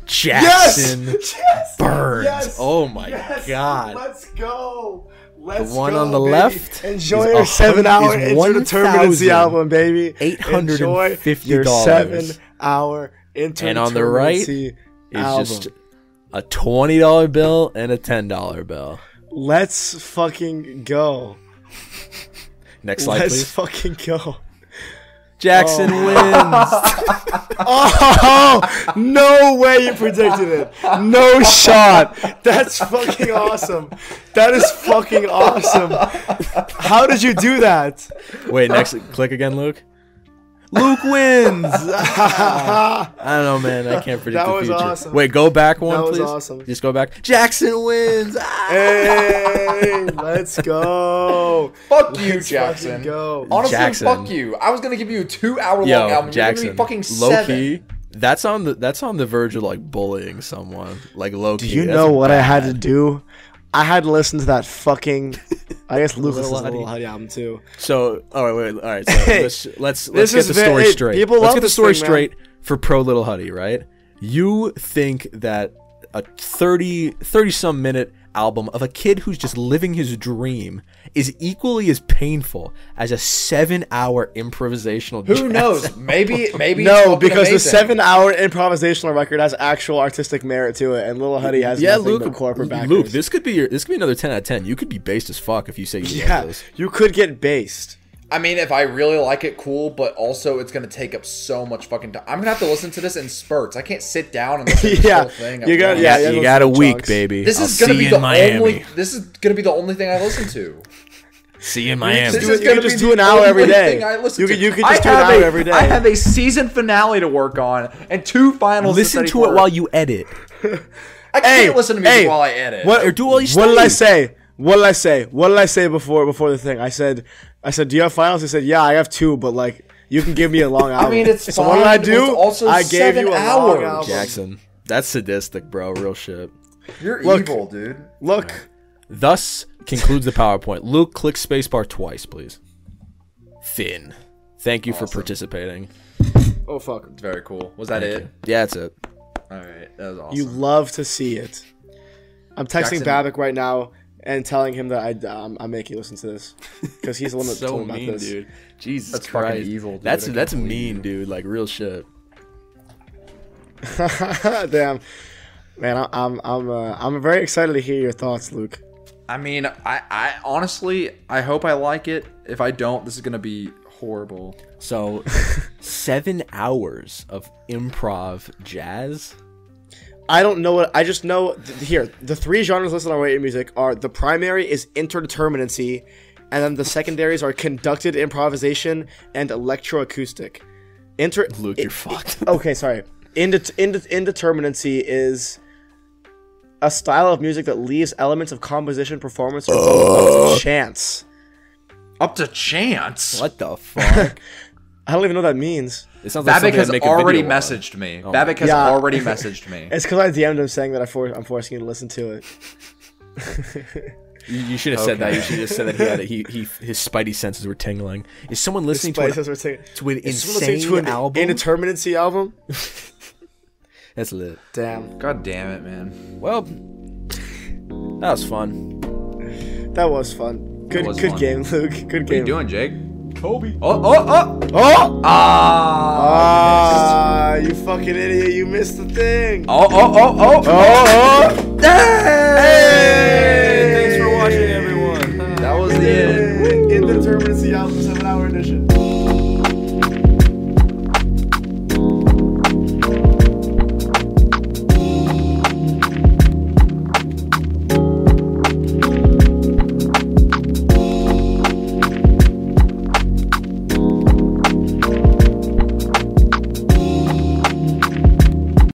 Jackson Burns. Oh my god! Let's go. Let's The one go, on the baby. left Enjoy is your a seven hour hun- is interdeterminacy 1,000. album, baby. $850. Enjoy Your seven hour interdeterminacy And on the right is album. It's just a twenty dollar bill and a ten dollar bill. Let's fucking go. Next slide, Let's please. fucking go. Jackson [LAUGHS] wins. Oh no way you predicted it. No shot. That's fucking awesome. That is fucking awesome. How did you do that? Wait, next click again, Luke. Luke [LAUGHS] wins. [LAUGHS] I don't know, man. I can't predict That the was future. awesome. Wait, go back one, That was please. awesome. Just go back. Jackson wins. Ah! Hey, let's go. Fuck you, Let's Jackson. fucking go. Honestly, Jackson. fuck you. I was gonna give you a two-hour-long Yo, album. Jackson. You're gonna be fucking low seven. key. That's on the that's on the verge of like bullying someone. Like low key. Do you know what I had to do? I had to listen to that fucking. I guess Luke Lil listens to the Huddy. Lil Huddy album too. So, all right, wait, all right. So [LAUGHS] let's let's let's is get the ve- story hey, straight. people let's love get the this story thing, man. straight for pro little Huddy, right? You think that a 30 30 some minute album of a kid who's just living his dream is equally as painful as a 7 hour improvisational Who [LAUGHS] knows? Maybe, maybe. it's No, fucking because the amazing. seven-hour improvisational record has actual artistic merit to it, and Lil Huddy has yeah, nothing Luke. but corporate backers. Luke, this could be your. This could be another ten out of ten. You could be based as fuck if you say you love yeah, this. you could get based. I mean, if I really like it, cool. But also, it's gonna take up so much fucking time. I'm gonna have to listen to this in spurts. I can't sit down and [LAUGHS] listen to this Yeah, whole thing. at you got once. yeah. you those got a chunks. week, baby. This I'll is gonna see be you the in Miami. only. This is gonna be the only thing I listen to. See you in Miami. This do it- is you gonna could just be do an the hour only every day. thing I listen You could- to. you could I just do an have hour a- every day. I have a season finale to work on and two finals. Listen study to it for. while you edit. I can't Hey, listen to music hey, while I edit. What Or do all your What did I studies. say? What did I say? What did I say before before the thing? I said, I said, do you have finals? He said, yeah, I have two, but like you can give me a long I album. mean, it's so what did I fine, but it's do? also I gave seven you a hours. long album. Jackson, that's sadistic, bro. Real shit. You're Look. evil, dude. Look, Thus concludes the PowerPoint. Luke, click spacebar twice, please. Finn, thank you for participating. oh fuck, It's very cool. Was that it? Yeah, that's it. All right, that was awesome. you love to see it. I'm texting Jackson- Babak right now, and telling him that I um, I make you listen to this because he's [LAUGHS] the one that so told him about mean, this. dude. Jesus That's fucking Christ. evil, dude. That's I that's can't mean, dude. Like real shit. [LAUGHS] Damn, man, I, I'm I'm uh, I'm very excited to hear your thoughts, Luke. I mean, I, I honestly, I hope I like it. If I don't, this is gonna be horrible. So, seven hours of improv jazz. I don't know what I just know. Th- here, the three genres listed on Wait Music are the primary is interdeterminacy, and then the secondaries are conducted improvisation and electroacoustic. Inter Luke, you're fucked. okay, sorry. Indet- indet- indeterminacy is a style of music that leaves elements of composition, performance, or to chance. Up to chance. [LAUGHS] what the fuck? I don't even know what that means. It sounds like Babbitt something has I'd make a already video on. messaged me. Babbitt has Yeah. already messaged me. It's because I DM'd him saying that I for- I'm forcing you to listen to it. You, you should have said that. You should have said that he had it. He, he his spidey senses were tingling. Is someone listening to But it says an, we're taking- to an Is someone listening insane to an album? Indeterminacy album? That's lit. Damn. God damn it, man. Well, that was fun. That was fun. Good, was good fun. game, Luke. Good What are you game. doing, Jake? Kobe. Oh, oh, oh! Oh! Ah! Ah, you fucking idiot! You missed the thing. Oh, oh, oh, oh! oh,